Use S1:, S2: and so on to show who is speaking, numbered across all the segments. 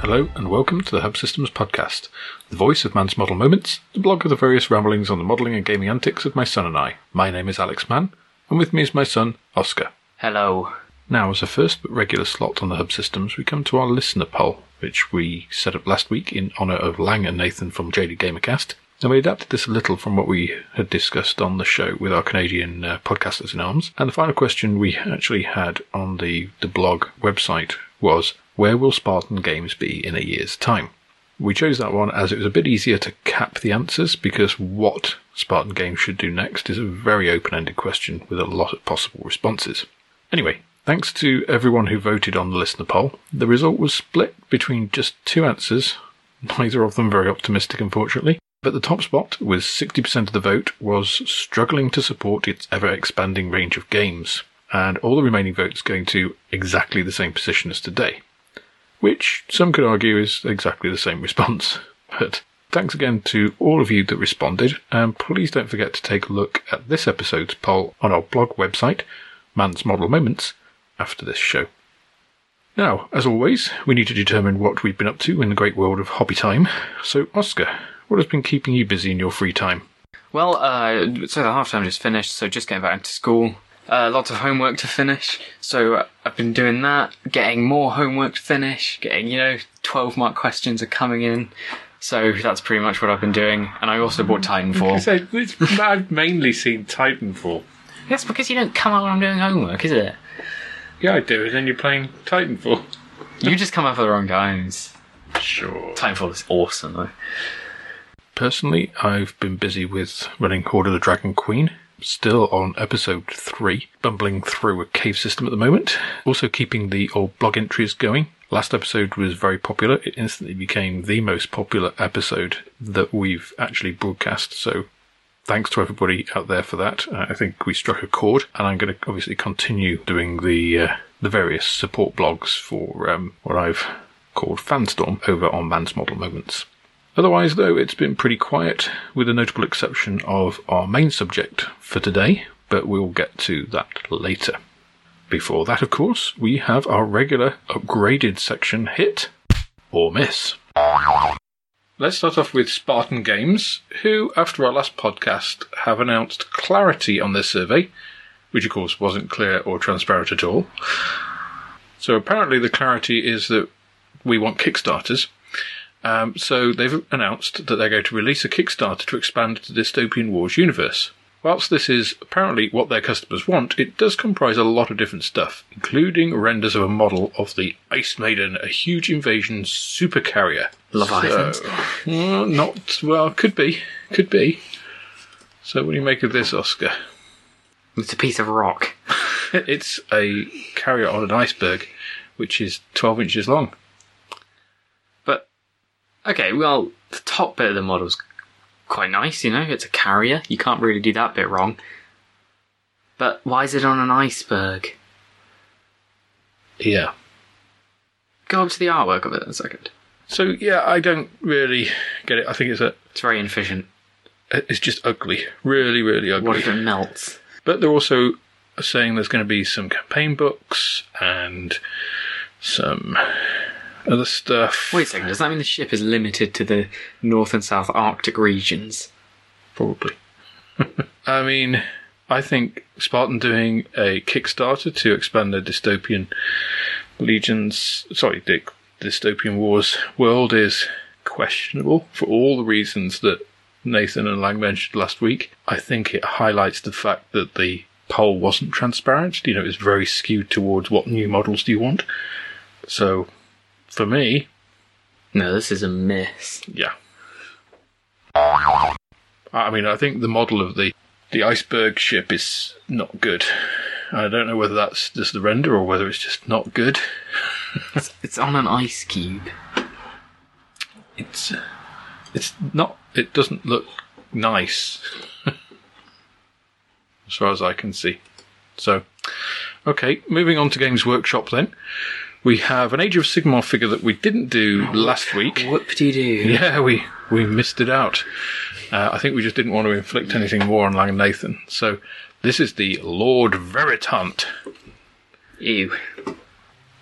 S1: Hello and welcome to the Hub Systems podcast, the voice of Man's Model Moments, the blog of the various ramblings on the modelling and gaming antics of my son and I. My name is Alex Mann, and with me is my son, Oscar.
S2: Hello.
S1: Now, as a first but regular slot on the Hub Systems, we come to our listener poll, which we set up last week in honour of Lang and Nathan from JD Gamercast. And we adapted this a little from what we had discussed on the show with our Canadian uh, podcasters in arms. And the final question we actually had on the, the blog website was Where will Spartan Games be in a year's time? We chose that one as it was a bit easier to cap the answers because what Spartan Games should do next is a very open ended question with a lot of possible responses. Anyway, thanks to everyone who voted on the listener poll, the result was split between just two answers, neither of them very optimistic, unfortunately. But the top spot, with 60% of the vote, was struggling to support its ever expanding range of games, and all the remaining votes going to exactly the same position as today. Which some could argue is exactly the same response. But thanks again to all of you that responded, and please don't forget to take a look at this episode's poll on our blog website, Man's Model Moments, after this show. Now, as always, we need to determine what we've been up to in the great world of hobby time. So, Oscar, what has been keeping you busy in your free time?
S2: Well, uh, so the half time just finished, so just getting back into school. Uh, lots of homework to finish, so uh, I've been doing that, getting more homework to finish, getting, you know, 12 mark questions are coming in. So that's pretty much what I've been doing, and I also bought Titanfall.
S3: So it's, I've mainly seen Titanfall.
S2: That's because you don't come out when I'm doing homework, is it?
S3: Yeah, I do, and then you're playing Titanfall.
S2: You just come out for the wrong times.
S3: Sure.
S2: Titanfall is awesome, though.
S1: Personally, I've been busy with running Horde of the Dragon Queen, still on episode 3, bumbling through a cave system at the moment, also keeping the old blog entries going. Last episode was very popular. It instantly became the most popular episode that we've actually broadcast, so thanks to everybody out there for that. Uh, I think we struck a chord, and I'm going to obviously continue doing the uh, the various support blogs for um, what I've called Fanstorm over on Man's Model Moments. Otherwise, though, it's been pretty quiet, with the notable exception of our main subject for today, but we'll get to that later. Before that, of course, we have our regular upgraded section hit or miss.
S3: Let's start off with Spartan Games, who, after our last podcast, have announced clarity on their survey, which of course wasn't clear or transparent at all. So apparently, the clarity is that we want Kickstarters. Um, so they've announced that they're going to release a Kickstarter to expand the Dystopian Wars universe. Whilst this is apparently what their customers want, it does comprise a lot of different stuff, including renders of a model of the Ice Maiden, a huge invasion supercarrier.
S2: Leviathans.
S3: So, well, not well, could be, could be. So, what do you make of this, Oscar?
S2: It's a piece of rock.
S3: It's a carrier on an iceberg, which is twelve inches long.
S2: But okay, well, the top bit of the model's quite nice, you know. It's a carrier. You can't really do that bit wrong. But why is it on an iceberg?
S3: Yeah.
S2: Go up to the artwork of it in a second.
S3: So, yeah, I don't really get it. I think it's a,
S2: It's very inefficient.
S3: it's just ugly, really, really ugly.
S2: What if it melts?
S3: But they're also saying there's going to be some campaign books and some other stuff.
S2: Wait a second, does that mean the ship is limited to the North and South Arctic regions?
S3: Probably. I mean, I think Spartan doing a Kickstarter to expand their dystopian legions, sorry, the dystopian wars world is questionable for all the reasons that Nathan and Lang mentioned last week. I think it highlights the fact that the poll wasn't transparent. You know, it's very skewed towards what new models do you want. So, for me,
S2: No, this is a miss.
S3: yeah. I mean, I think the model of the the iceberg ship is not good. I don't know whether that's just the render or whether it's just not good.
S2: It's, it's on an ice cube.
S3: It's it's not. It doesn't look nice, as far as I can see. So, okay, moving on to Games Workshop. Then we have an Age of Sigmar figure that we didn't do last week.
S2: Whoop de doo.
S3: Yeah, we we missed it out. Uh, I think we just didn't want to inflict anything more on Lang and Nathan. So this is the Lord Veritant.
S2: Ew.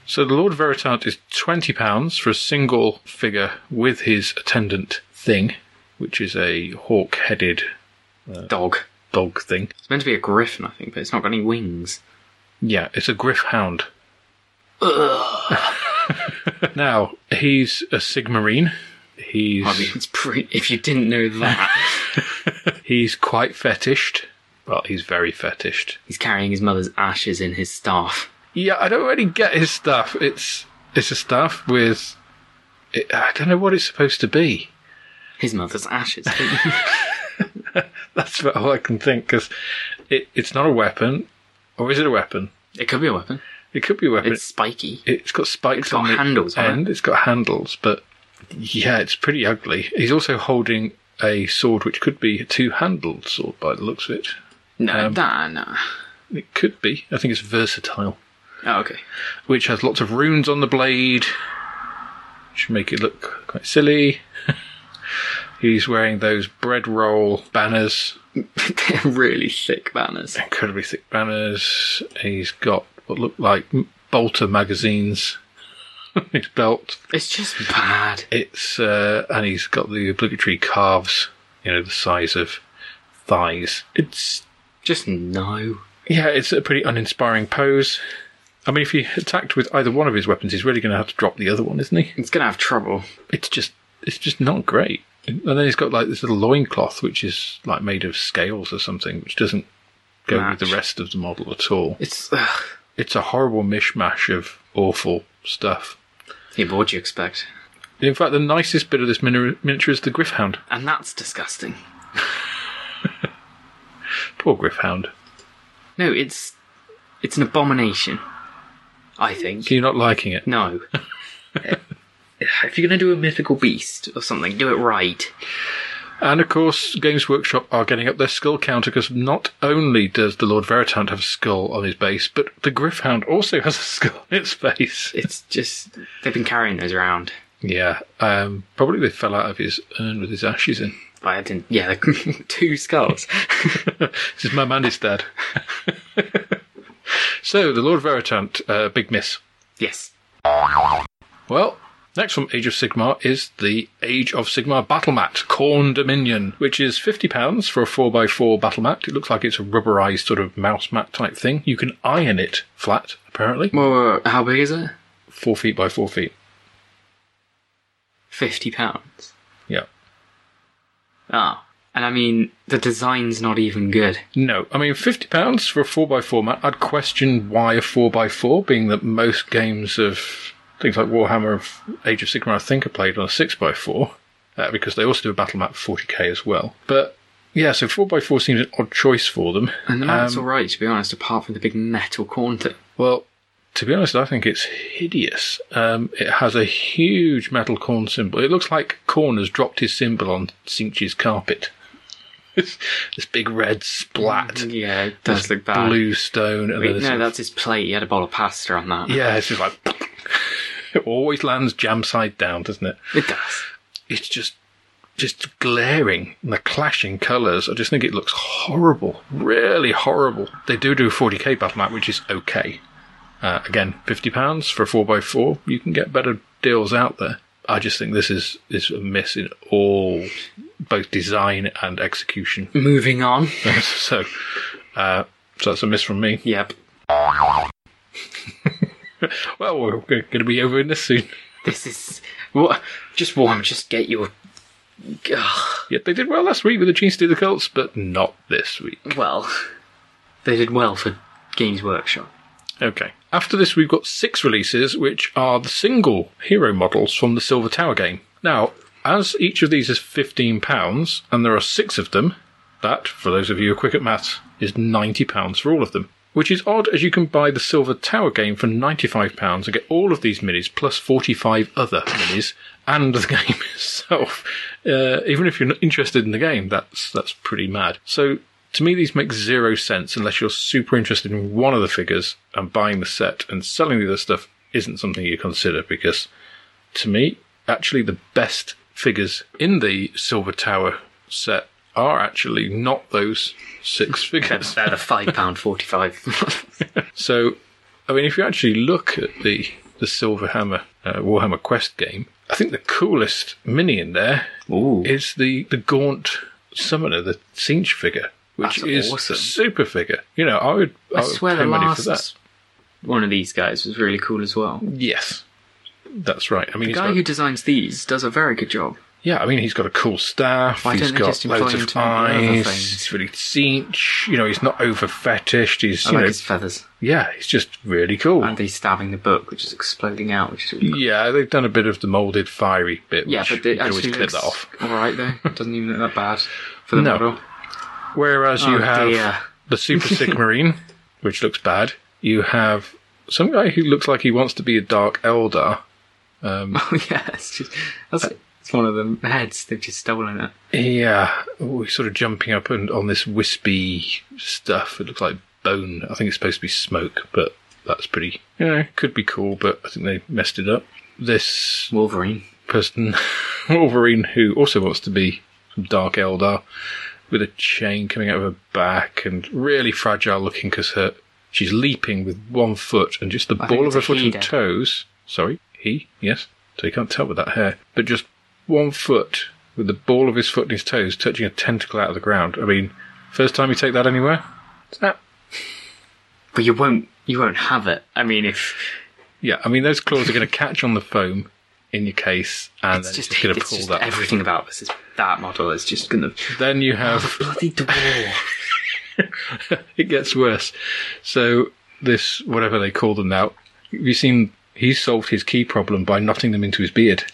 S3: So the Lord Veritat is £20 for a single figure with his attendant thing, which is a hawk headed
S2: Dog.
S3: dog thing.
S2: It's meant to be a griffin, I think, but it's not got any wings.
S3: Yeah, it's a Griff Hound. now, he's a Sigmarine. He's.
S2: I mean, it's pretty. If you didn't know that,
S3: He's quite fetished. Well, he's very fetished.
S2: he's carrying his mother's ashes in his staff.
S3: Yeah, I don't really get his stuff. It's it's a staff with it, I don't know what it's supposed to be.
S2: His mother's ashes.
S3: That's about all I can think because it, it's not a weapon, or is it a weapon?
S2: it could be a weapon.
S3: It could be a weapon.
S2: It's spiky.
S3: it's got spikes
S2: it's got
S3: on the
S2: handles on it.
S3: end. It's got handles, but yeah, it's pretty ugly. He's also holding a sword which could be a two-handled sword by the looks of it.
S2: No,
S3: Um,
S2: that no.
S3: It could be. I think it's versatile.
S2: Oh, okay.
S3: which has lots of runes on the blade, which make it look quite silly. He's wearing those bread roll banners,
S2: They're really thick banners.
S3: incredibly thick banners. He's got what look like m- bolter magazines on his belt.
S2: It's just bad.
S3: It's uh, and he's got the obligatory calves, you know, the size of thighs. It's
S2: Just no.
S3: yeah, it's a pretty uninspiring pose. I mean, if he attacked with either one of his weapons, he's really going to have to drop the other one, isn't he?
S2: It's gonna have trouble.
S3: it's just it's just not great. And then he's got like this little loincloth which is like made of scales or something, which doesn't go with
S2: Match.
S3: the rest of the model at all.
S2: It's ugh.
S3: It's a horrible mishmash of awful stuff.
S2: Yeah, but what do you expect?
S3: In fact, the nicest bit of this mini- miniature is the Griffhound.
S2: And that's disgusting.
S3: Poor Griffhound.
S2: No, it's it's an abomination. I think.
S3: You're not liking it.
S2: No. if you're gonna do a mythical beast or something, do it right.
S3: And of course, Games Workshop are getting up their skull counter because not only does the Lord Veritant have a skull on his base, but the Griffhound also has a skull on its base.
S2: It's just they've been carrying those around.
S3: Yeah, um, probably they fell out of his urn with his ashes in.
S2: But I didn't. Yeah, two skulls.
S3: this is my man is dead. so the Lord Veritant, uh, big miss.
S2: yes.
S3: Well, next from Age of Sigmar is the Age of Sigmar battle mat, Corn Dominion, which is fifty pounds for a four x four battle mat. It looks like it's a rubberized sort of mouse mat type thing. You can iron it flat, apparently,
S2: Well, whoa, whoa, how big is it?
S3: four feet by four feet.
S2: Fifty pounds.
S3: Yeah.
S2: Ah, and I mean the design's not even good.
S3: No, I mean fifty pounds for a four x four mat. I'd question why a four x four, being that most games of things like Warhammer and Age of Sigmar, I think, are played on a six x four, uh, because they also do a battle map forty k as well. But yeah, so four x four seems an odd choice for them.
S2: And the mat's
S3: Um,
S2: alright, to be honest, apart from the big metal corn thing.
S3: Well, to be honest, I think it's hideous. Um, it has a huge metal corn symbol. It looks like Corn has dropped his symbol on Cinch's carpet. this big red splat.
S2: Yeah, it does look bad.
S3: Blue stone, and
S2: Wait,
S3: then this
S2: no,
S3: sort of
S2: that's his plate. He had a bowl of pasta on that.
S3: Yeah, it's just like it always lands jam side down, doesn't it?
S2: It does.
S3: It's just just glaring and the clashing colours. I just think it looks horrible, really horrible. They do do a 40k battle map, which is okay. Uh, again, fifty pounds for a four x four. You can get better deals out there. I just think this is is a miss in all, both design and execution.
S2: Moving on.
S3: so, uh, so that's a miss from me.
S2: Yep.
S3: Well, we're going to be over in this soon.
S2: This is what. Just warm. Just get your. Ugh.
S3: Yet they did well last week with the Gene Stealer Cults, but not this week.
S2: Well, they did well for Games Workshop.
S3: Okay. After this, we've got six releases, which are the single hero models from the Silver Tower game. Now, as each of these is £15, and there are six of them, that, for those of you who are quick at maths, is £90 for all of them. Which is odd, as you can buy the Silver Tower game for £95 and get all of these minis plus 45 other minis and the game itself. Uh, even if you're not interested in the game, that's, that's pretty mad. So to me, these make zero sense unless you're super interested in one of the figures and buying the set and selling the other stuff isn't something you consider because to me, actually, the best figures in the Silver Tower set are actually not those six figures.
S2: They're the five pound forty-five.
S3: So, I mean, if you actually look at the the Silverhammer uh, Warhammer Quest game. I think the coolest mini in there
S2: Ooh.
S3: is the, the Gaunt Summoner, the Siege figure, which
S2: That's
S3: is
S2: awesome.
S3: a super figure. You know, I would, I
S2: I
S3: would
S2: swear
S3: pay
S2: the
S3: money
S2: last
S3: for that.
S2: one of these guys was really cool as well.
S3: Yes, that's right. I mean,
S2: The
S3: he's
S2: guy
S3: got,
S2: who designs these does a very good job.
S3: yeah, I mean, he's got a cool staff.
S2: Why
S3: he's
S2: don't they
S3: got
S2: just employ
S3: loads
S2: him
S3: of
S2: to make other
S3: eyes.
S2: things?
S3: He's really siege. You know, he's not over fetished. He's,
S2: I
S3: you
S2: like
S3: know,
S2: his feathers.
S3: yeah, he's just really cool.
S2: And he's stabbing the book, which is exploding out, which is really cool.
S3: Yeah, they've done a bit of the molded fiery bit.
S2: Yeah,
S3: which
S2: but
S3: you
S2: it
S3: can always
S2: actually
S3: clip
S2: looks
S3: that off.
S2: alright though. It doesn't even look that bad for the
S3: No.
S2: model.
S3: Whereas you
S2: Oh,
S3: have
S2: dear.
S3: the Super Sigmarine, which looks bad. You have some guy who looks like he wants to be a Dark Eldar.
S2: Oh yeah, it's just that's it's one of the heads. They've just stolen it.
S3: Yeah, Ooh, he's sort of jumping up and on this wispy stuff. It looks like bone. I think it's supposed to be smoke, but that's pretty. Yeah, could be cool, but I think they messed it up. This
S2: Wolverine.
S3: person, Wolverine, who also wants to be Dark Eldar, with a chain coming out of her back and really fragile looking because her she's leaping with one foot and just the
S2: I think
S3: ball of
S2: it's
S3: her
S2: a
S3: foot
S2: he
S3: and
S2: then.
S3: toes. Sorry, he, yes. So you can't tell with that hair, but just one foot with the ball of his foot and his toes touching a tentacle out of the ground. I mean, first time you take that anywhere? Snap.
S2: But you won't you won't have it. I mean if
S3: Yeah, I mean those claws are going to catch on the foam in your case, and
S2: it's
S3: then
S2: just,
S3: it's going to
S2: it's
S3: pull
S2: just
S3: that.
S2: everything about this is that model is just gonna
S3: Then you have
S2: bloody dwarf.
S3: it gets worse. So this, whatever they call them now, have you seen? He solved his key problem by knotting them into his beard.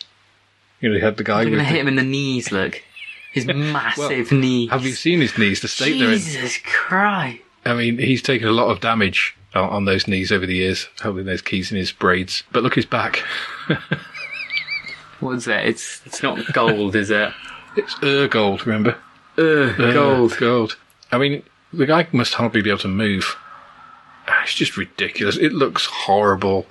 S3: You know, he had the guy
S2: They're
S3: with.
S2: gonna
S3: the-
S2: hit him in the knees, look. His massive knees.
S3: have you seen his knees? The state they're in.
S2: Jesus Christ.
S3: I mean, he's taken a lot of damage on, on those knees over the years, holding those keys in his braids. But look, his back.
S2: What is it? It's it's not gold, is it?
S3: It's ergold. Remember,
S2: Ugh,
S3: Ur
S2: gold.
S3: gold. I mean, the guy must hardly be able to move. Ah, It's just ridiculous. It looks horrible.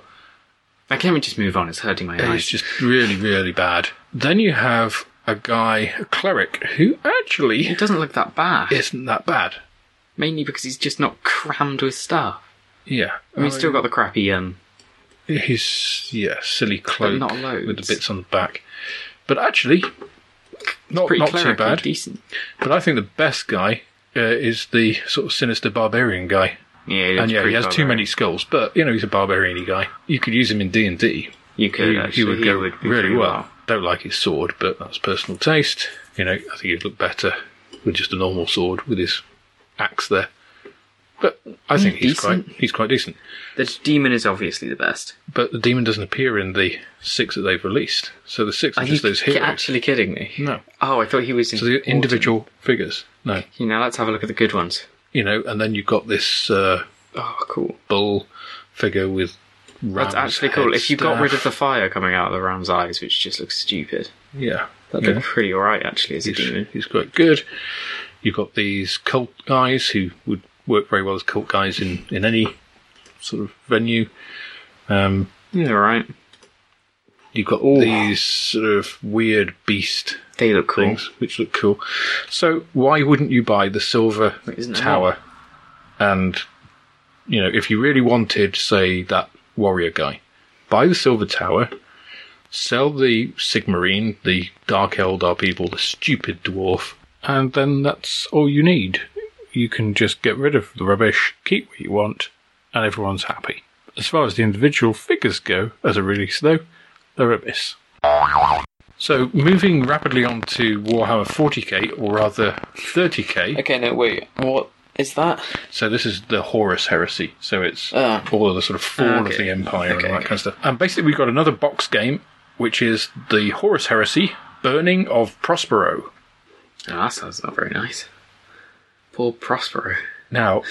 S2: Now can we just move on? It's hurting my eyes.
S3: It's just really, really bad. Then you have a guy, a cleric, who actually
S2: It doesn't look that bad.
S3: isn't that bad.
S2: Mainly because he's just not crammed with stuff.
S3: Yeah.
S2: I mean, he's still got the crappy um
S3: his yeah, silly cloak
S2: not
S3: with the
S2: loads.
S3: bits on the back. But actually, not,
S2: pretty
S3: not too
S2: clerical,
S3: bad.
S2: decent.
S3: But I think the best guy uh, is the sort of sinister barbarian guy.
S2: Yeah, it
S3: And
S2: is
S3: yeah, he
S2: pretty
S3: has too
S2: barbaric.
S3: many skulls, but you know he's a barbarian guy. You could use him in D and D.
S2: You could.
S3: he,
S2: actually,
S3: he would go
S2: be
S3: really
S2: pretty
S3: well. Don't like his sword, but that's personal taste. You know, I think he'd look better with just a normal sword with his axe there. But I think he's
S2: Mm, decent.
S3: quite he's quite decent.
S2: The demon is obviously the best.
S3: But the demon doesn't appear in the six that they've released. So the six are,
S2: Are you
S3: just those
S2: ki-
S3: heroes.
S2: Uh, actually kidding me?
S3: No.
S2: Oh, I thought he was in
S3: So the
S2: Autumn.
S3: individual figures. No.
S2: You know, let's have a look at the good ones.
S3: You know, and then you've got this uh,
S2: Oh, cool.
S3: bull figure with ram's
S2: That's actually cool.
S3: head
S2: If you got rid of the
S3: staff.
S2: fire coming out of the ram's eyes, which just looks stupid,
S3: Yeah.
S2: that
S3: yeah.
S2: looked pretty alright actually as a demon.
S3: He's, he's quite good. You've got these cult guys who would work very well as cult guys in, in any sort of venue. Um,
S2: Yeah, right.
S3: you've got all these sort of weird beast
S2: They look cool.
S3: things which look cool. So why wouldn't you buy the silver
S2: isn't there
S3: tower? And you know, if you really wanted, say that warrior guy, buy the silver tower. Sell the Sigmarine, the Dark Eldar people, the stupid dwarf, and then that's all you need. You can just get rid of the rubbish, keep what you want, and everyone's happy. As far as the individual figures go, as a release though, they're abyss. So, moving rapidly on to Warhammer 40k, or rather 30k.
S2: Okay, no, wait. What is that?
S3: So, this is the Horus Heresy. So, it's
S2: Ah.
S3: all of the sort of fall
S2: Okay.
S3: of the Empire and
S2: Okay,
S3: all that
S2: okay.
S3: kind of stuff. And basically, we've got another box game, which is the Horus Heresy Burning of Prospero.
S2: Oh, that sounds not very nice. Poor Prospero.
S3: Now,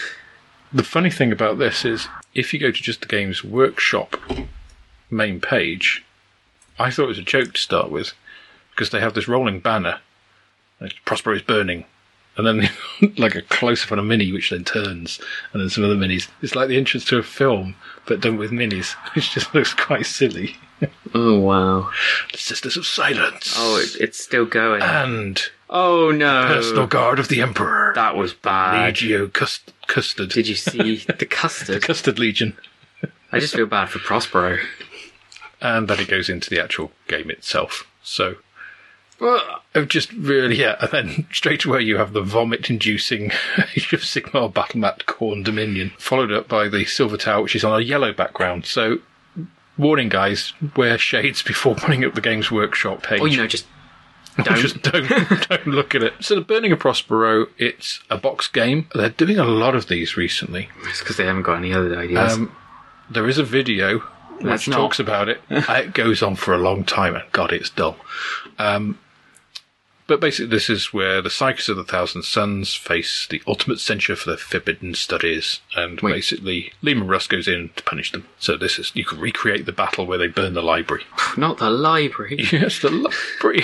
S3: the funny thing about this is if you go to just the game's workshop main page, I thought it was a joke to start with because they have this rolling banner. and it's, Prospero is burning. And then, like a close up on a mini, which then turns, and then some other minis. It's like the entrance to a film, but done with minis, which just looks quite silly.
S2: Oh, wow.
S3: The Sisters of Silence
S2: Oh, it, it's still going.
S3: and
S2: oh, no.
S3: Personal Guard of the Emperor,
S2: That was bad.
S3: Legio Cust- Custard,
S2: Did you see the custard?
S3: Custard Legion.
S2: I just feel bad for Prospero.
S3: and then it goes into the actual game itself. So, well, I've just really, yeah, and then straight away you have the vomit inducing Age of Sigmar Battle Mat Corn Dominion, followed up by the Silver Tower, which is on a yellow background. So, warning guys, wear shades before putting up the Games Workshop page.
S2: Or, Oh, you know, just
S3: I
S2: don't.
S3: Just don't don't look at it. So the Burning of Prospero, it's a box game. They're doing a lot of these recently.
S2: It's because they haven't got any other ideas.
S3: Um, there is a video
S2: That's
S3: which
S2: not-
S3: talks about it. it goes on for a long time, and God, it's dull. Um, but basically, this is where the psychics of the Thousand Sons face the ultimate censure for their forbidden studies, and
S2: Wait.
S3: basically, Lehman Russ goes in to punish them. So this is you can recreate the battle where they burn the library.
S2: not the library.
S3: Yes, the library.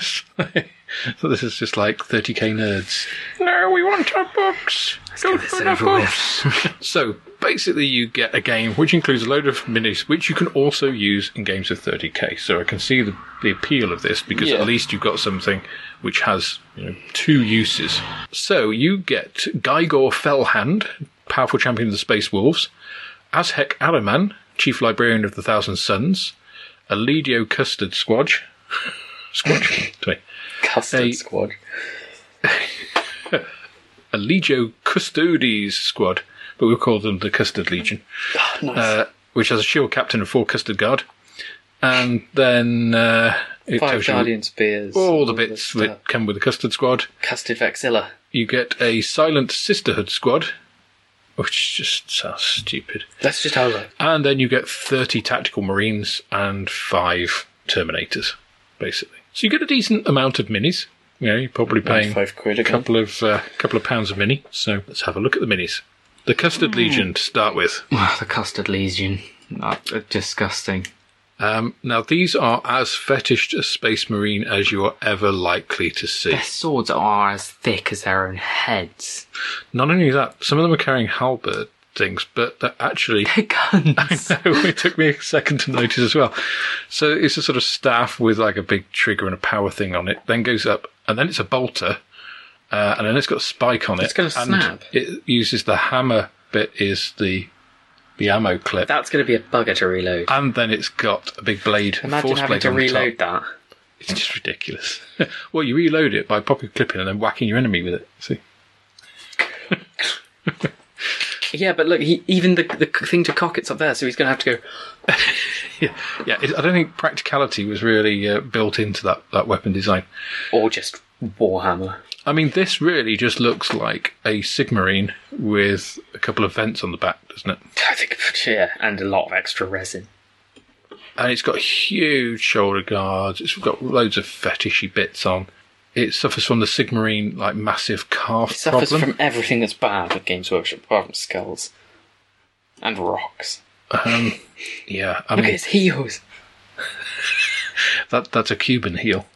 S3: so this is just like 30k nerds. No, we want our books. Don't
S2: this
S3: burn our
S2: over with.
S3: books. so basically, you get a game which includes a load of minis, which you can also use in games of 30k. So I can see the, the appeal of this because
S2: Yeah.
S3: at least you've got something which has you know, two uses. So you get Gygor Fellhand, powerful champion of the Space Wolves, Azhek Araman, chief librarian of the Thousand Suns. Aledio Custard Squadge. Squadge? Sorry.
S2: Custard
S3: They-
S2: Squad.
S3: Aledio Custodes Squad, but we'll call them the Custard Legion,
S2: Nice.
S3: uh, which has a shield captain and four custard guard. And then uh, it
S2: Five
S3: tells you
S2: Guardian Spears.
S3: all the bits
S2: the stuff.
S3: that come with the Custard Squad.
S2: Custard Vexilla.
S3: You get a Silent Sisterhood Squad, which just sounds stupid.
S2: That's just how low.
S3: And then you get 30 tactical marines and 5 terminators, basically. So you get a decent amount of minis. You know, you're probably paying
S2: Five quid
S3: a couple of uh, couple of pounds of mini. So let's have a look at the minis. The Custard
S2: Hmm.
S3: Legion to start with.
S2: Wow, the Custard Legion. Ah, uh, disgusting.
S3: Um, now these are as fetished a space marine as you are ever likely to see.
S2: Their swords are as thick as their own heads.
S3: Not only that, some of them are carrying halberd things, but they're actually Oh,
S2: Their guns.
S3: it took me a second to notice as well. So it's a sort of staff with like a big trigger and a power thing on it, then goes up, and then it's a bolter, uh, and then it's got a spike on it.
S2: It's gonna
S3: and
S2: snap.
S3: It uses the hammer bit is the the ammo clip,
S2: That's going to be a bugger to reload.
S3: and then it's got a big blade.
S2: Imagine
S3: force
S2: having
S3: blade
S2: to
S3: on the top.
S2: reload that.
S3: It's just ridiculous. well, you reload it by popping clipping and then whacking your enemy with it. See.
S2: Yeah, but look, he, even the, the thing to cock it's up there, so he's going to have to go.
S3: Yeah, yeah. It, I don't think practicality was really uh, built into that, that weapon design.
S2: Or just Warhammer.
S3: I mean, this really just looks like a Sigmarine with a couple of vents on the back, doesn't it?
S2: I think, yeah, and a lot of extra resin.
S3: And it's got huge shoulder guards. It's got loads of fetishy bits on. It suffers from the Sigmarine like massive calf
S2: It
S3: problem.
S2: suffers from everything that's bad with Games Workshop, apart from skulls and rocks.
S3: yeah, I
S2: Look at
S3: mean
S2: his heels.
S3: that that's a Cuban heel.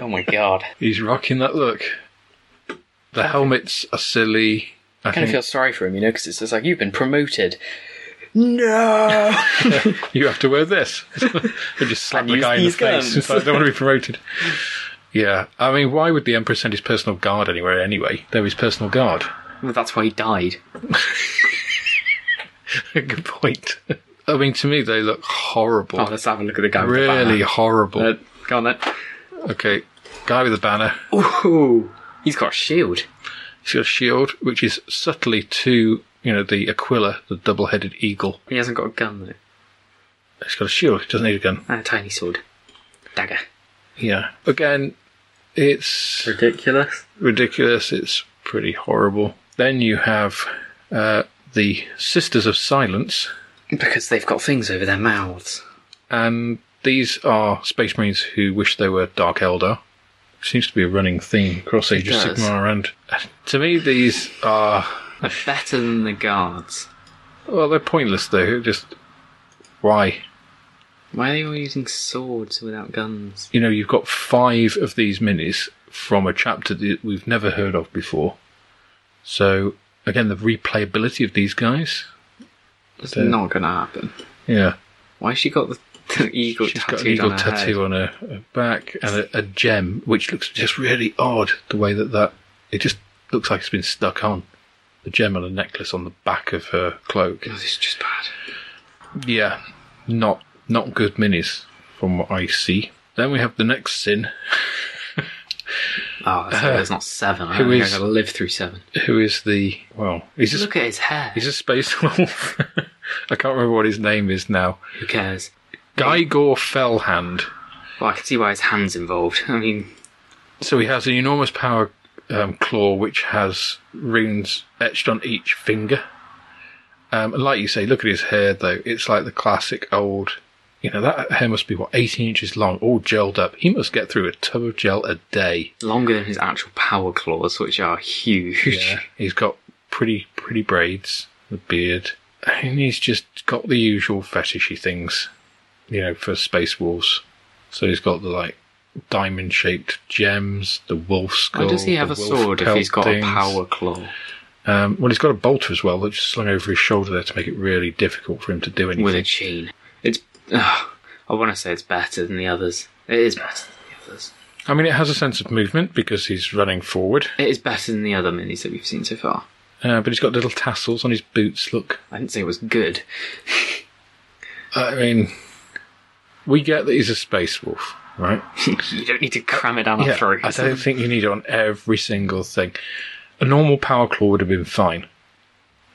S2: Oh my god!
S3: He's rocking that look. The helmets are silly. I
S2: kind of
S3: think
S2: feel sorry for him, you know, because it's just like you've been promoted. No.
S3: you have to wear this. I just slap
S2: And
S3: the
S2: use
S3: guy in the
S2: these
S3: face.
S2: guns.
S3: It's like, I don't want to be promoted. Yeah, I mean, why would the Emperor send his personal guard anywhere anyway? They're his personal guard.
S2: well, that's why he died.
S3: Good point. I mean, to me, they look horrible.
S2: Oh, let's have a look at the guy.
S3: really
S2: With
S3: horrible.
S2: the banner. Uh, go on then.
S3: okay, guy with a banner.
S2: Ooh, he's got a shield.
S3: He's got a shield, which is subtly to, you know, the Aquila, the double headed eagle.
S2: He hasn't got a gun though.
S3: He's got a shield, he doesn't need a gun.
S2: And a tiny sword, dagger.
S3: Yeah. Again, it's
S2: Ridiculous.
S3: ridiculous. It's pretty horrible. Then you have uh, the Sisters of Silence,
S2: Because they've got things over their mouths.
S3: and these are Space Marines who wish they were Dark Eldar. Seems to be a running theme across Age of
S2: does.
S3: Sigmar, and to me, these are
S2: They're better than the guards.
S3: well, they're pointless though. Just why?
S2: Why are they all using swords without guns?
S3: You know, you've got five of these minis from a chapter that we've never heard of before. So again, the replayability of these guys.
S2: It's
S3: They're-
S2: not gonna happen.
S3: Yeah.
S2: Why she got the, the eagle
S3: She's got an
S2: tattooed
S3: eagle
S2: on her
S3: tattoo on her, her back and a, a gem, which looks just really odd. The way that that it just looks like it's been stuck on. The gem on a necklace on the back of her cloak.
S2: head? Oh, this is just bad.
S3: Yeah, not not good minis from what I see. Then we have the next sin,
S2: Oh, that's, there's not seven. I
S3: Uh, who
S2: don't think
S3: is-
S2: I gotta live through seven.
S3: who is the well, he's a,
S2: Look at his hair.
S3: he's a space wolf. I can't remember what his name is now.
S2: Who cares?
S3: Gygor Fellhand.
S2: Well, I can see why his hands involved. I mean,
S3: So he has an enormous power um, claw which has runes etched on each finger. Um, and like you say, look at his hair though. It's like the classic old. You know that hair must be what 18 inches long, all gelled up. He must get through a tub of gel a day.
S2: longer than his actual power claws, which are huge.
S3: He's got pretty pretty braids, the beard, and he's just got the usual fetishy things, you know, for space wolves. So he's got the like diamond shaped gems, the wolf skull.
S2: Why does he have
S3: the wolf
S2: a sword if
S3: pelt
S2: he's got
S3: things.
S2: a power claw
S3: Um, well, he's got a bolter as well that's just slung over his shoulder there to make it really difficult for him to do anything.
S2: with a chain? It's. ugh, I want to say it's better than the others. It is better than the others.
S3: I mean, it has a sense of movement because he's running forward,
S2: It is better than the other minis that we've seen so far.
S3: uh, but he's got little tassels on his boots. Look,
S2: I didn't say it was good.
S3: I mean, we get that he's a space wolf, right?
S2: you don't need to cram it down our
S3: Uh, I
S2: throats.
S3: don't think you need it on every single thing. A normal power claw would have been fine.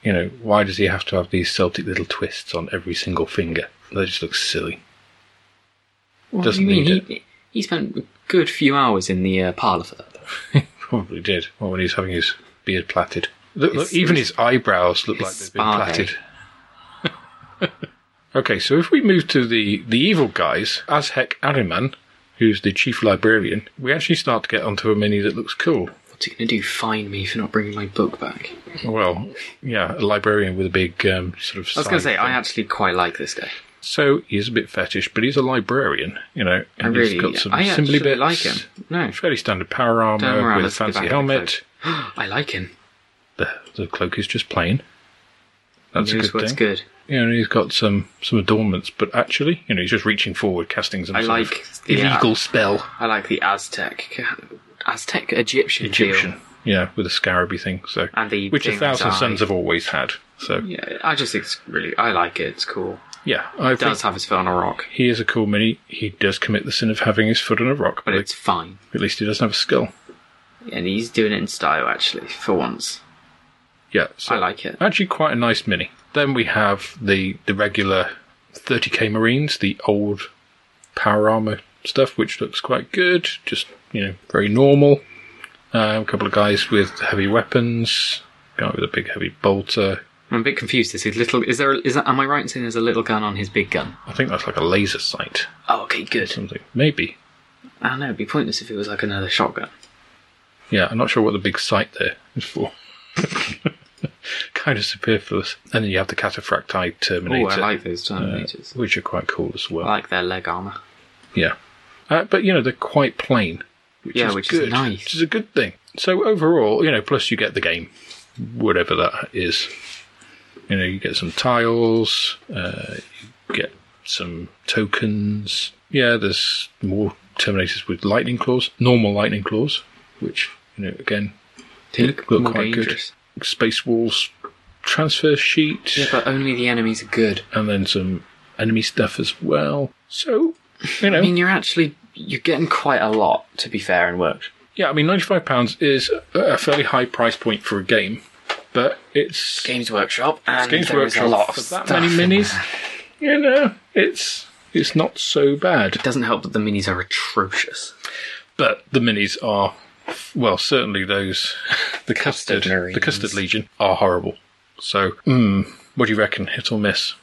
S3: You know, why does he have to have these Celtic little twists on every single finger? That just looks silly.
S2: What
S3: doesn't
S2: do you mean?
S3: need
S2: he, he spent a good few hours in the uh, parlour for that.
S3: Probably did. Well, when he's having his beard plaited. Look, look,
S2: It's-
S3: even his eyebrows look
S2: it's
S3: like they've been
S2: spa
S3: plaited. okay, so if we move to the, the evil guys, Azhek Ariman, who's the chief librarian, we actually start to get onto a mini that looks cool.
S2: What's he going to do? Fine me for not bringing my book back.
S3: Well, yeah, a librarian with a big um, sort of.
S2: I was going to say, I actually quite like this guy.
S3: So he's a bit fetish, but he's a librarian, you know.
S2: I
S3: And
S2: really,
S3: he's got some
S2: I
S3: assembly
S2: actually
S3: bits.
S2: like him. No,
S3: Fairly standard power
S2: Turn
S3: armor with
S2: around,
S3: a
S2: let's go back
S3: fancy
S2: to the
S3: helmet.
S2: I like him.
S3: The, the cloak is just plain. That's a
S2: Knows
S3: good
S2: what's
S3: thing.
S2: good.
S3: You know, he's got some some adornments, but actually, you know, he's just reaching forward, casting some
S2: I
S3: sort
S2: like
S3: of
S2: the, uh,
S3: illegal spell.
S2: I like the Aztec, Aztec Egyptian, feel.
S3: Egyptian, yeah, with a scarabby thing. So,
S2: And the
S3: which a
S2: thing's
S3: thousand
S2: eye.
S3: sons have always had. So, yeah,
S2: Yeah, I just think it's really, I like it. It's cool.
S3: I
S2: It does
S3: think
S2: have his foot on a rock,
S3: he is a cool mini. He does commit the sin of having his foot on a rock,
S2: but it's fine,
S3: at least he doesn't have a skull.
S2: and he's doing it in style actually for once.
S3: Yeah, so
S2: I like it.
S3: actually quite a nice mini. Then we have the the regular 30k Marines, the old power armor stuff, which looks quite good. Just you know, very normal. Um, a couple of guys with heavy weapons. Guy with a big heavy bolter.
S2: I'm a bit confused. Is his little? Is there? Is that? Am I right in saying there's a little gun on his big gun?
S3: I think that's like a laser sight,
S2: Oh, okay, good.
S3: something maybe.
S2: I don't know. It'd be pointless if it was like another shotgun.
S3: Yeah, I'm not sure what the big sight there is for. kind of superfluous. And then you have the cataphracti
S2: Oh,
S3: Terminator,
S2: I like those
S3: uh,
S2: terminators.
S3: which are quite cool as well.
S2: I like their leg armor.
S3: Yeah. Uh, but, you know, they're quite plain. Which
S2: Yeah,
S3: is
S2: which is
S3: good,
S2: nice.
S3: Which is a good thing. So, overall, you know, plus you get the game, whatever that is. You know, you get some tiles, uh, you get some tokens. Yeah, there's more Terminators with lightning claws, normal lightning claws, which, you know, again,
S2: Look,
S3: look
S2: more
S3: quite
S2: dangerous.
S3: good. Space walls, transfer sheet,
S2: Yeah, but only the enemies are good.
S3: and then some enemy stuff as well. So, you know.
S2: I mean, you're actually you're getting quite a lot to be fair in work.
S3: Yeah, I mean, ninety-five pounds is a a fairly high price point for a game, but it's
S2: Games Workshop and
S3: Games
S2: there is
S3: Workshop
S2: a lot of
S3: for that
S2: stuff.
S3: many minis. You know, it's it's not so bad.
S2: It doesn't help that the minis are atrocious.
S3: But the minis are, well, certainly those the
S2: Custard
S3: custard, the
S2: Marines.
S3: custard legion are horrible. So, mm, what do you reckon? Hit or miss?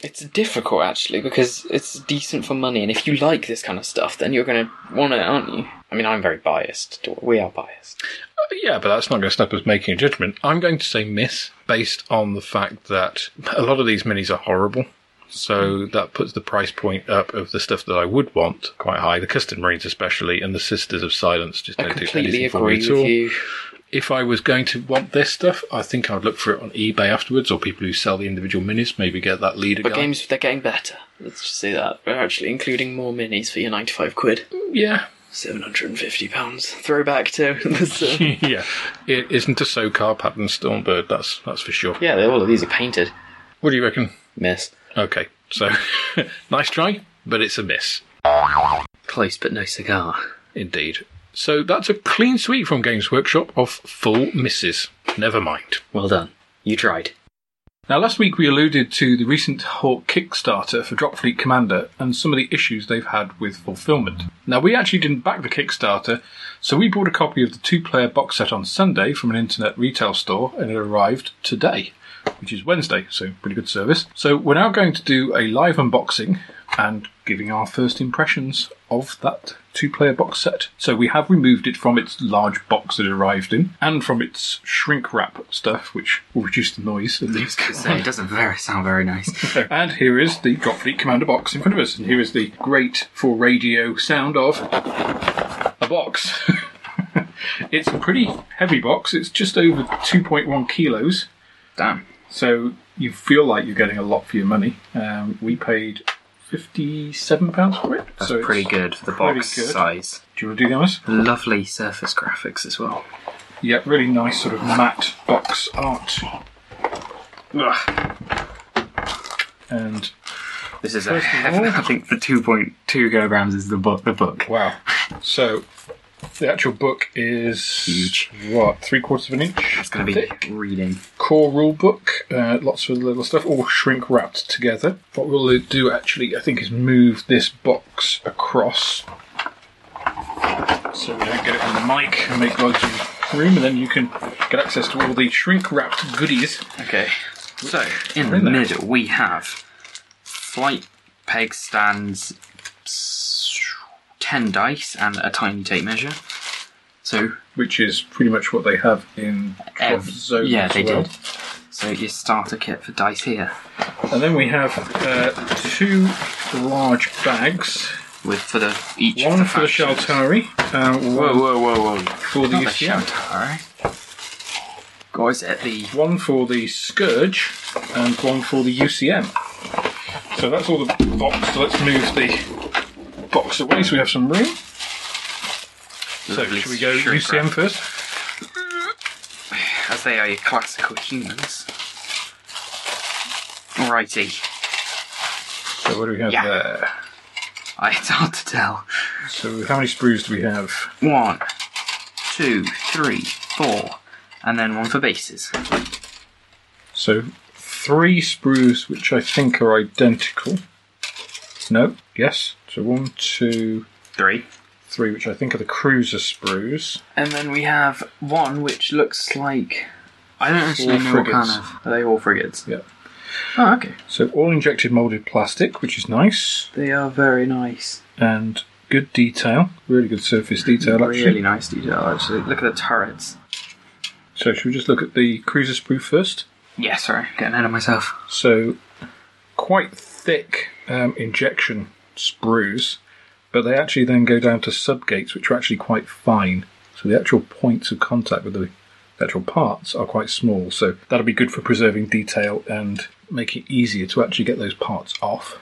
S2: It's difficult actually because it's decent for money, and if you like this kind of stuff, then you're going to want it, aren't you? I mean, I'm very biased. We are biased.
S3: Yeah, but that's not going to stop us making a judgment. I'm going to say miss based on the fact that a lot of these minis are horrible. So that puts the price point up of the stuff that I would want quite high. The Custom Marines, especially, and the Sisters of Silence just
S2: I
S3: don't do
S2: completely
S3: anything for me
S2: agree
S3: at
S2: with
S3: all.
S2: you.
S3: If I was going to want this stuff, I think I'd look for it on eBay afterwards, or people who sell the individual minis maybe get that leader
S2: But
S3: guy.
S2: games, they're getting better. Let's just say that. We're actually including more minis for your 95 quid.
S3: Yeah,
S2: 750 pounds. Throwback to the
S3: yeah. It isn't a SoCar pattern Stormbird. That's that's for sure.
S2: Yeah, they- all of these are painted.
S3: What do you reckon?
S2: Miss.
S3: Okay,
S4: So, nice try, but it's a miss.
S2: Close but no cigar.
S4: Indeed. So that's a clean sweep from Games Workshop of full misses. Never mind.
S2: Well done. You tried.
S3: Now, last week we alluded to the recent Hawk Kickstarter for Dropfleet Commander and some of the issues they've had with fulfillment. Now, we actually didn't back the Kickstarter, so we bought a copy of the two player box set on Sunday from an internet retail store and it arrived today, which is Wednesday, so pretty good service. So, we're now going to do a live unboxing and giving our first impressions of that two player box set. So we have removed it from its large box that it arrived in and from its shrink wrap stuff, which will reduce the noise at least.
S2: So it doesn't very sound very nice.
S3: and here is the Gottfried Commander box in front of us. And here is the great for radio sound of a box. it's a pretty heavy box, it's just over 2.1 kilos.
S2: Damn.
S3: So you feel like you're getting a lot for your money. Um, we paid fifty-seven pounds for it.
S2: That's
S3: so it's-
S2: pretty good for the
S3: pretty
S2: box
S3: good.
S2: size.
S3: Do you want to do the honors?
S2: Lovely surface graphics as well.
S3: Yeah, really nice sort of matte box art.
S2: Ugh.
S3: And
S2: This is
S3: First
S2: a
S3: of
S2: heavy,
S3: all-
S2: I think the 2.2 kilograms is the book. The book.
S3: wow, so the actual book is
S2: Huge.
S3: What three quarters of an inch?
S2: It's going to be
S3: thick.
S2: reading.
S3: core rule book. Uh, lots of little stuff, all shrink wrapped together. What we'll do actually, I think, is move this box across so we don't get it on the mic and make loads of room, and then you can get access to all the shrink wrapped goodies.
S2: Okay. So, in the
S3: Really?
S2: middle, we have flight peg stands, s- 10 dice, and a tiny tape measure. So,
S3: which is pretty much what they have in
S2: ev-
S3: Drop Zone.
S2: um, yeah,
S3: as
S2: they
S3: well.
S2: did. So, your starter kit for dice here
S3: And then we have uh, two large bags.
S2: with for the each of
S3: One for the
S2: factions.
S3: Shaltari, uh, one
S2: Whoa, whoa, whoa, whoa!
S3: for the
S2: Not the
S3: Yusyan,
S2: Shaltari. Guys, at the
S3: one for the Scourge, and one for the UCM. So that's all the box. So let's move the box away so we have some room. So
S2: Lovely
S3: should we go
S2: shrink
S3: UCM
S2: wrap.
S3: first?
S2: as they are your classical humans. Alrighty,
S3: So what do we have
S2: Yeah.
S3: there?
S2: I, it's hard to tell.
S3: So how many sprues do we have?
S2: One, two, three, four, and then one for bases.
S3: So three sprues, which I think are identical. No, yes. So one, two,
S2: Three.
S3: three, which I think are the cruiser sprues.
S2: And then we have one which looks like I don't actually
S3: All
S2: know what
S3: frigates.
S2: kind of. Are they all frigates?
S3: Yeah.
S2: Oh, okay.
S3: So all injected molded plastic, which is nice
S2: They are very nice.
S3: and good detail, really good surface detail actually.
S2: Really nice detail, actually. Look at the turrets.
S3: So should we just look at the cruiser sprue first?
S2: Yeah, sorry, getting ahead of myself.
S3: So quite thick um, injection sprues, but they actually then go down to subgates, which are actually quite fine. So the actual points of contact with the actual parts are quite small. So that'll be good for preserving detail and make it easier to actually get those parts off.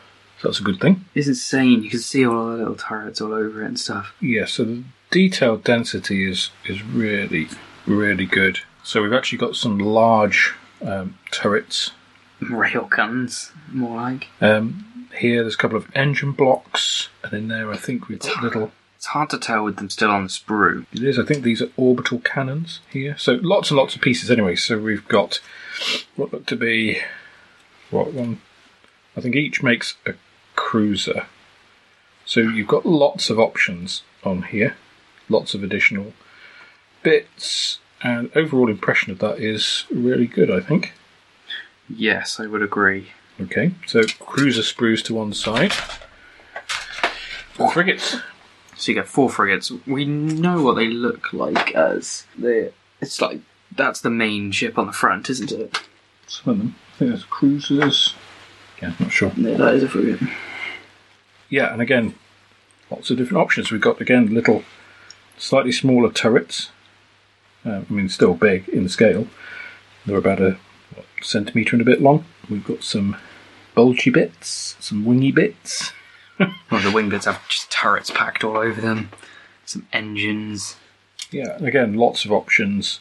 S3: So that's a good thing.
S2: It's insane. You can see all the little turrets all over it and stuff.
S3: Yeah, so the detail density is is really really good. So we've actually got some large um, turrets
S2: Railguns, more like.
S3: Um, here, there's a couple of engine blocks, and in there, I think we've got little.
S2: It's hard to tell with them still on the sprue.
S3: It is. I think these are orbital cannons here. So lots and lots of pieces. Anyway, so we've got what look to be what one. I think each makes a cruiser. So you've got lots of options on here, lots of additional bits, and overall impression of that is really good. I think.
S2: Yes, I would agree.
S3: Okay, so cruiser sprues to one side. Frigates.
S2: So you get four frigates. We know what they look like as they. It's like that's the main ship on the front, isn't it?
S3: Some of them. I think there's cruisers. Yeah, not sure.
S2: Yeah, that is a frigate.
S3: Yeah, and again, lots of different options. We've got again little, slightly smaller turrets. Uh, I mean, still big in scale. They're about a what, centimetre and a bit long. We've got some bulgy bits, some wingy bits.
S2: Well, the wing bits have just turrets packed all over them. Some engines.
S3: Yeah, and again, lots of options.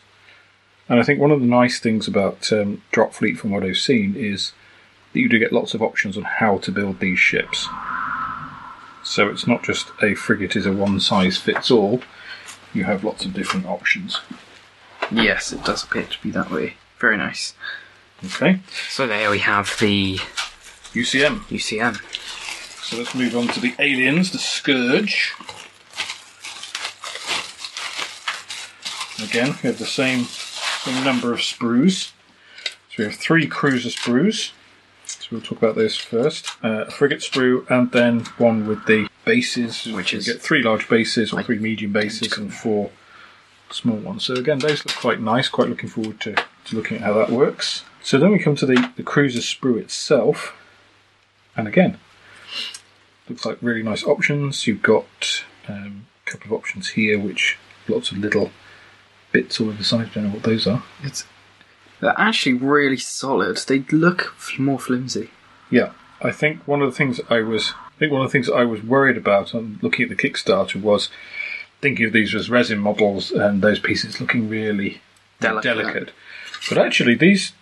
S3: And I think one of the nice things about um, Drop Fleet, from what I've seen, is that you do get lots of options on how to build these ships. So it's not just a frigate is a one size fits all, you have lots of different options.
S2: Yes, it does appear to be that way. Very nice.
S3: Okay,
S2: So there we have the
S3: UCM.
S2: UCM.
S3: So let's move on to the aliens, the Scourge. Again, we have the same, same number of sprues. So we have three cruiser sprues. So we'll talk about those first. Uh, a frigate sprue, and then one with the bases,
S2: Which
S3: which is
S2: is-
S3: we get three large bases or three medium bases and four small ones. So again, those look quite nice. Quite looking forward to, to looking at how that works. So then we come to the, the cruiser sprue itself, and again, looks like really nice options. You've got um, a couple of options here, which lots of little bits all over the side. Don't know what those are.
S2: It's they're actually really solid. They look f- more flimsy.
S3: Yeah, I think one of the things I was, I think one of the things I was worried about on looking at the Kickstarter was thinking of these as resin models and those pieces looking really
S2: Delicate.
S3: delicate. But actually, these,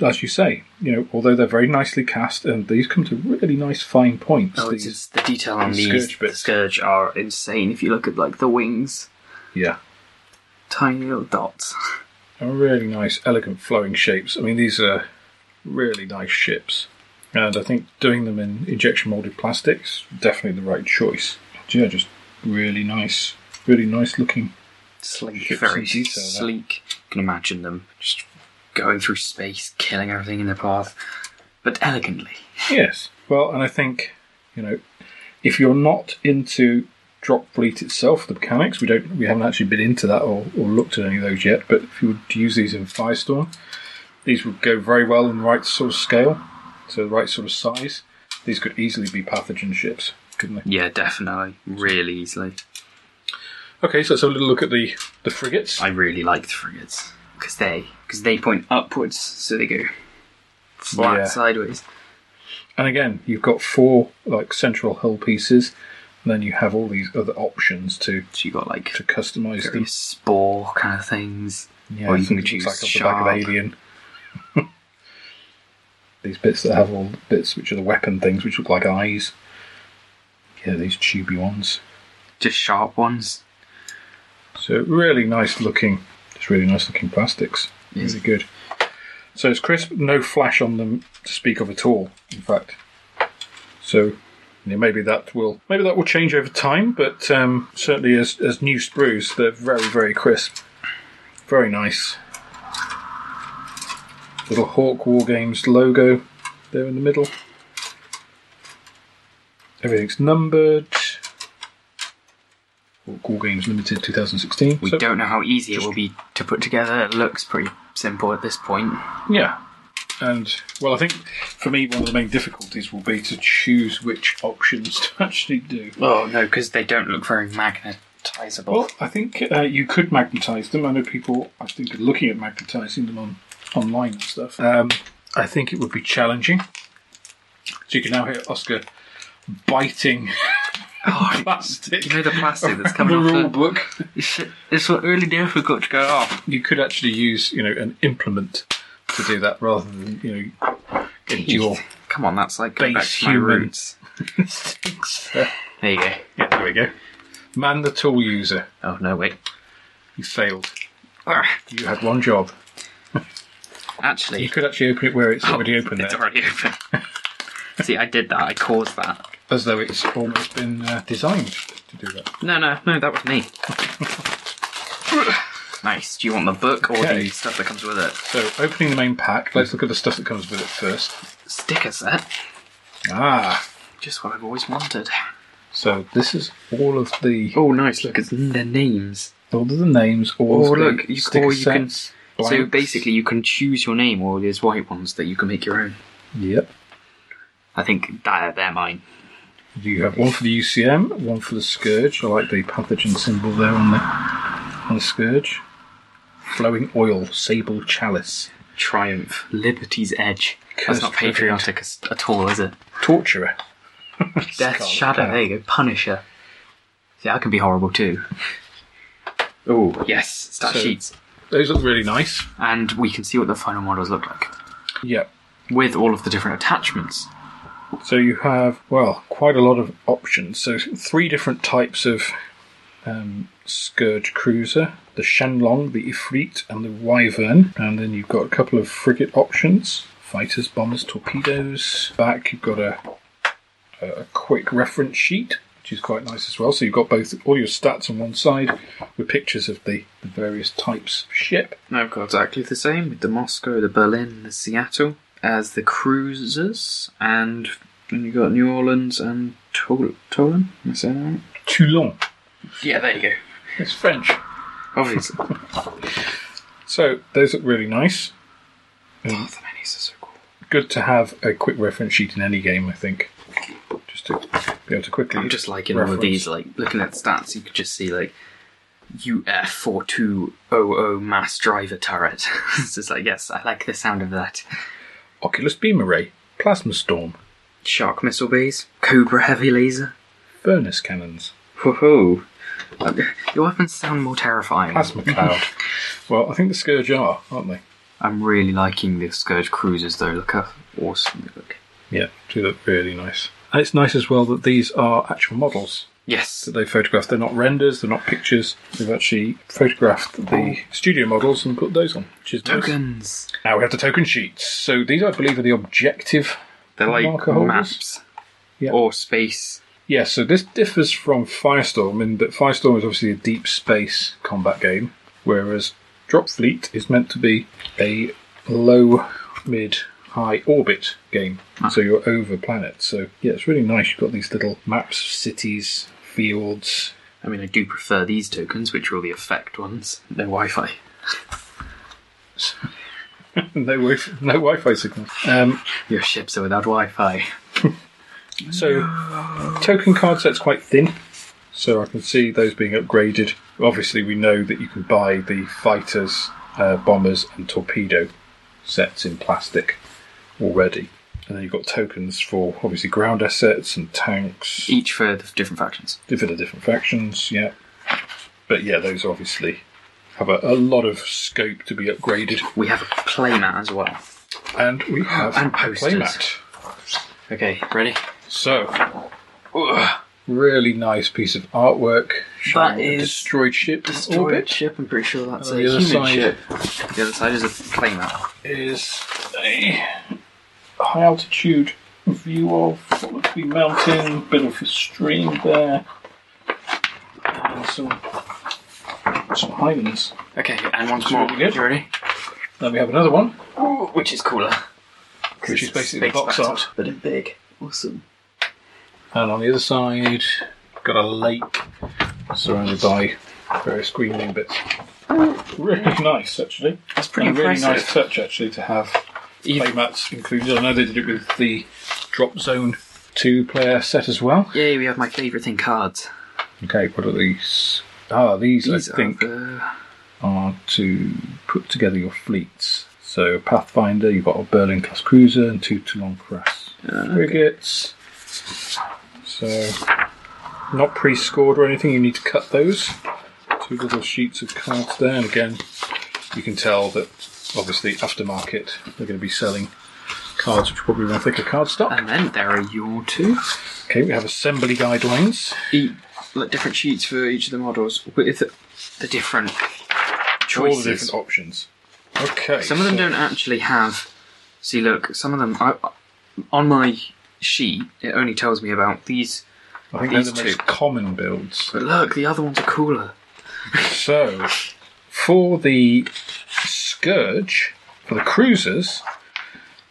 S3: as you say, you know, although they're very nicely cast and these come to really nice fine points.
S2: Oh, it's
S3: these-
S2: just the detail on
S3: these
S2: these
S3: scourge
S2: the
S3: bits.
S2: scourge are insane. If you look at like the wings,
S3: yeah.
S2: tiny little dots.
S3: And really nice, elegant flowing shapes. I mean, these are really nice ships. And I think doing them in injection molded plastics, definitely the right choice. Yeah, just really nice, really nice looking.
S2: Sleek,
S3: Ships
S2: very
S3: in detail, yeah.
S2: sleek. You can imagine them just going through space, killing everything in their path, but elegantly.
S3: Yes. Well, and I think, you know, if you're not into drop fleet itself, the mechanics, we don't, we haven't actually been into that or, or looked at any of those yet, but if you were to use these in Firestorm, these would go very well in the right sort of scale, so the right sort of size. These could easily be pathogen ships, couldn't they?
S2: Yeah, definitely, really easily.
S3: Okay, so let's have a little look at the, the frigates.
S2: I really like the frigates because they because they point upwards, so they go flat
S3: Yeah.
S2: sideways.
S3: And again, you've got four like central hull pieces, and then you have all these other options to
S2: So you got like
S3: to customize them.
S2: various spore kind of things.
S3: Yeah,
S2: or you can
S3: something
S2: choose
S3: that's like off
S2: sharp.
S3: the back of Alien. these bits that have all the bits which are the weapon things, which look like eyes. Yeah, these tubey ones.
S2: just sharp ones.
S3: So really nice looking, just really nice looking plastics.
S2: Yes.
S3: Really good. So it's crisp, no flash on them to speak of at all. In fact, so yeah, maybe that will maybe that will change over time, but um, certainly as as new sprues, they're very very crisp, very nice. Little Hawk War Games logo there in the middle. Everything's numbered. Hawk War Games Limited 2016.
S2: We
S3: So-
S2: don't know how easy it will be to put together. It looks pretty simple at this point.
S3: Yeah. And, well, I think for me, one of the main difficulties will be to choose which options to actually do.
S2: Oh no, because they don't look very magnetizable.
S3: Well, I think uh, you could magnetise them. I know people, I think, are looking at magnetising them on online and stuff. Um, I think it would be challenging. So you can now hear Oscar biting plastic.
S2: Oh, you know the plastic that's
S3: the
S2: coming off
S3: rule
S2: the
S3: book.
S2: It's, it's really difficult to go off.
S3: You could actually use, you know, an implement to do that rather than, you know, get your
S2: Come on, that's like going back
S3: Base
S2: to my
S3: human.
S2: roots. There you go.
S3: Yeah, there we go. Man the tool user.
S2: Oh no, wait.
S3: You failed.
S2: Ah,
S3: You had one job. You
S2: Actually,
S3: could actually open it where it's already
S2: oh,
S3: open there,
S2: It's already open. See, I did that. I caused that.
S3: as though it's almost been uh, designed to do that.
S2: No, no, no, that was me. nice. Do you want the book or
S3: Okay.
S2: the stuff that comes with it?
S3: So, opening the main pack, let's look at the stuff that comes with it first.
S2: Sticker set.
S3: Ah,
S2: Just what I've always wanted.
S3: so this is all of the
S2: Oh, nice. Look, it's in their names.
S3: all of the names. All
S2: Oh,
S3: of the
S2: look, you-
S3: sticker
S2: or you can-
S3: sets,
S2: So
S3: blanks.
S2: basically, you can choose your name, or there's white ones that you can make your own.
S3: yep.
S2: I think that they're mine.
S3: You have one for the UCM, one for the Scourge. I like the pathogen symbol there on the on the Scourge. Flowing oil, sable chalice,
S2: Triumph, Liberty's Edge. That's
S3: Cursed
S2: not patriotic as- at all, is it?
S3: torturer.
S2: Death
S3: Scarlet
S2: Shadow.
S3: Path.
S2: There you go. Punisher. Yeah, I can be horrible too. Oh yes, stat
S3: So-
S2: sheets,
S3: Those look really nice.
S2: and we can see what the final models look like.
S3: Yeah.
S2: with all of the different attachments.
S3: So you have, well, quite a lot of options. So three different types of um, Scourge cruiser the Shenlong, the Ifrit, and the Wyvern. And then you've got a couple of frigate options fighters, bombers, torpedoes. Back, you've got a, a quick reference sheet. Which is quite nice as well. So you've got both all your stats on one side with pictures of the, the various types of ship.
S2: Now I've got exactly the same with the Moscow, the Berlin, the Seattle as the cruisers, and then you got New Orleans and Toulon. Toulon, am I saying that right?
S3: Toulon.
S2: Yeah, there you go.
S3: It's French.
S2: Obviously. oh,
S3: So those look really nice.
S2: the menus are so cool.
S3: Good to have a quick reference sheet in any game, I think. Just to be able to quickly.
S2: I'm just liking all
S3: reference.
S2: of these. Like looking at the stats, you could just see like UF four two O O mass driver turret. it's just like yes, I like the sound of that.
S3: Oculus Beam Array, Plasma Storm,
S2: Shark missile bays, Cobra heavy laser.
S3: Furnace Cannons,
S2: Ho ho! Uh, Your weapons sound more terrifying.
S3: Plasma Cloud. well, I think the Scourge are, aren't they?
S2: I'm really liking the Scourge cruisers though. Look how awesome they look.
S3: Yeah, do look really nice. And it's nice as well that these are actual models
S2: Yes,
S3: that they photographed. They're not renders, they're not pictures. They've actually photographed the studio models and put those on, which is nice.
S2: tokens.
S3: Now we have the token sheets. So these, I believe, are the objective
S2: They're like
S3: Marker holders?
S2: maps
S3: Yeah.
S2: or space.
S3: Yeah, so this differs from Firestorm in that Firestorm is obviously a deep space combat game, whereas Drop Fleet is meant to be a low, mid, high orbit game. So you're over planets. So yeah, it's really nice. You've got these little maps of cities, fields.
S2: I mean, I do prefer these tokens, which are all the effect ones. No Wi-Fi.
S3: no wi- no Wi-Fi signal. Um,
S2: Your ships are without Wi-Fi.
S3: so token card set's quite thin. So I can see those being upgraded. Obviously, we know that you can buy the fighters, uh, bombers, and torpedo sets in plastic already. And then you've got tokens for obviously ground assets and tanks
S2: Each for the different factions.
S3: for the different factions. Yeah, but yeah, those obviously have a, a lot of scope to be upgraded.
S2: We have a playmat as well.
S3: And we have
S2: And
S3: a
S2: posters.
S3: playmat.
S2: Okay, ready?
S3: So, really nice piece of artwork showing
S2: That
S3: a
S2: is
S3: destroyed ship in
S2: Destroyed
S3: orbit.
S2: ship. I'm pretty sure that's
S3: On
S2: a
S3: Oh, the other
S2: human
S3: side.
S2: ship. The other side is a playmat.
S3: is a high altitude view of what looks to be mountain, bit of a stream there, and some some highlands.
S2: Okay, and once more.
S3: really good.
S2: You ready?
S3: Then we have another one,
S2: Ooh, which is cooler?
S3: Which
S2: 'Cause it's
S3: is
S2: a
S3: basically the
S2: space
S3: box
S2: battle,
S3: art.
S2: but in big. Awesome.
S3: and on the other side, got a lake surrounded by various green green bits. Really nice, actually.
S2: That's pretty
S3: and a really
S2: impressive.
S3: nice touch, actually, to have
S2: Even-
S3: playmats included. I know they did it with the Drop Zone two-player set as well.
S2: Yay, we have my favourite thing, cards.
S3: Okay, what are these? Ah, these,
S2: These
S3: I think
S2: are the...
S3: are to put together your fleets. So Pathfinder, you've got a Berlin class cruiser and two Toulon class
S2: Ah,
S3: frigates. So not pre-scored or anything. You need to cut those. Two little sheets of cards there, and again, you can tell that obviously aftermarket they're going to be selling cards which probably run thicker card stock.
S2: And then there are your two.
S3: Okay, we have assembly guidelines.
S2: eat like different sheets for each of the models with the different
S3: All the
S2: choices.
S3: different options. Okay.
S2: some of them
S3: so-
S2: don't actually have. See, look, some of them. I, on my sheet, it only tells me about these.
S3: I think
S2: These
S3: they're the most
S2: two.
S3: common builds.
S2: But look, the other ones are cooler.
S3: So, for the Scourge, for the cruisers,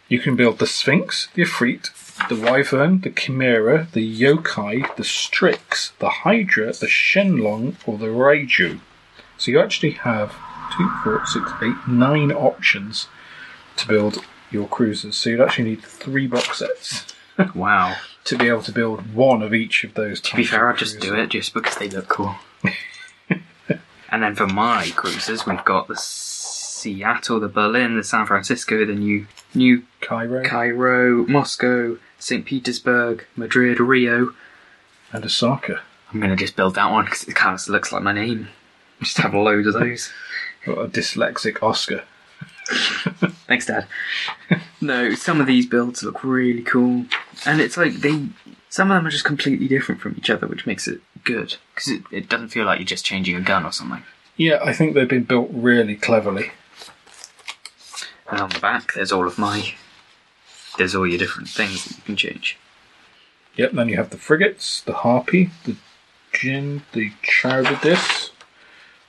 S3: you can build the Sphinx, the Efreet, the Wyvern, the Chimera, the Yokai, the Strix, the Hydra, the Shenlong, or the Raiju. So, you actually have two, four, six, eight, nine options to build your cruisers. So, you'd actually need three box sets
S2: Wow.
S3: to be able to build one of each of those.
S2: To be fair, I'd just do it just because they look cool. and then for my cruises, we've got the Seattle, the Berlin, the San Francisco, the New New
S3: Cairo
S2: Cairo, Moscow, St. Petersburg, Madrid, Rio.
S3: and Osaka.
S2: I'm gonna just build that one because it kind of looks like my name. Just have loads of those.
S3: Got a dyslexic Oscar.
S2: Thanks, Dad. No, some of these builds look really cool, and it's like they. Some of them are just completely different from each other, which makes it good because it, it doesn't feel like you're just changing a gun or something.
S3: Yeah, I think they've been built really cleverly.
S2: And on the back, there's all of my. There's all your different things that you can change.
S3: Yep, then you have the frigates, the harpy, the gin, the chowderdis,